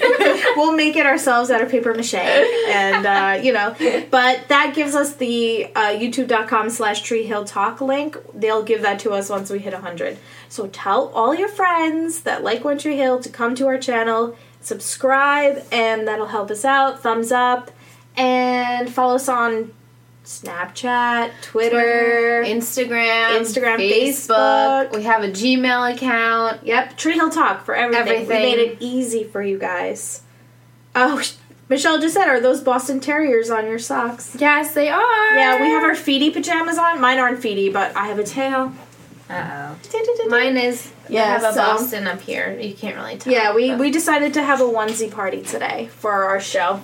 S4: plaque.
S1: We'll make it ourselves out of paper mache, and uh, you know. But that gives us the uh, YouTube.com/slash Tree Hill Talk link. They'll give that to us once we hit hundred. So tell all your friends that like One Tree Hill to come to our channel, subscribe, and that'll help us out. Thumbs up, and follow us on Snapchat, Twitter.
S4: Instagram,
S1: Instagram, Facebook.
S4: We have a Gmail account.
S1: Yep, Tree Hill Talk for everything.
S4: Everything.
S1: We made it easy for you guys. Oh, sh- Michelle just said, are those Boston Terriers on your socks?
S4: Yes, they are.
S1: Yeah, we have our feety pajamas on. Mine aren't feety, but I have a tail.
S5: Uh oh.
S4: Mine is.
S1: Yeah,
S4: Yeah, have a
S1: so-
S4: Boston up here. You can't really tell.
S1: Yeah, we,
S4: but-
S1: we decided to have a onesie party today for our show.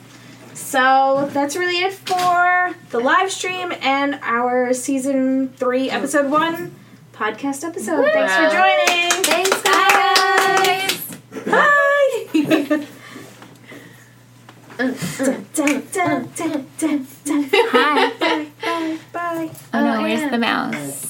S1: So that's really it for the live stream and our season three, episode one podcast episode. Thanks for joining.
S5: Thanks, guys.
S1: Bye. Dun, dun, dun, dun, dun, dun. Bye. Oh, Bye. Bye.
S4: Oh,
S3: Oh, no, where's the mouse?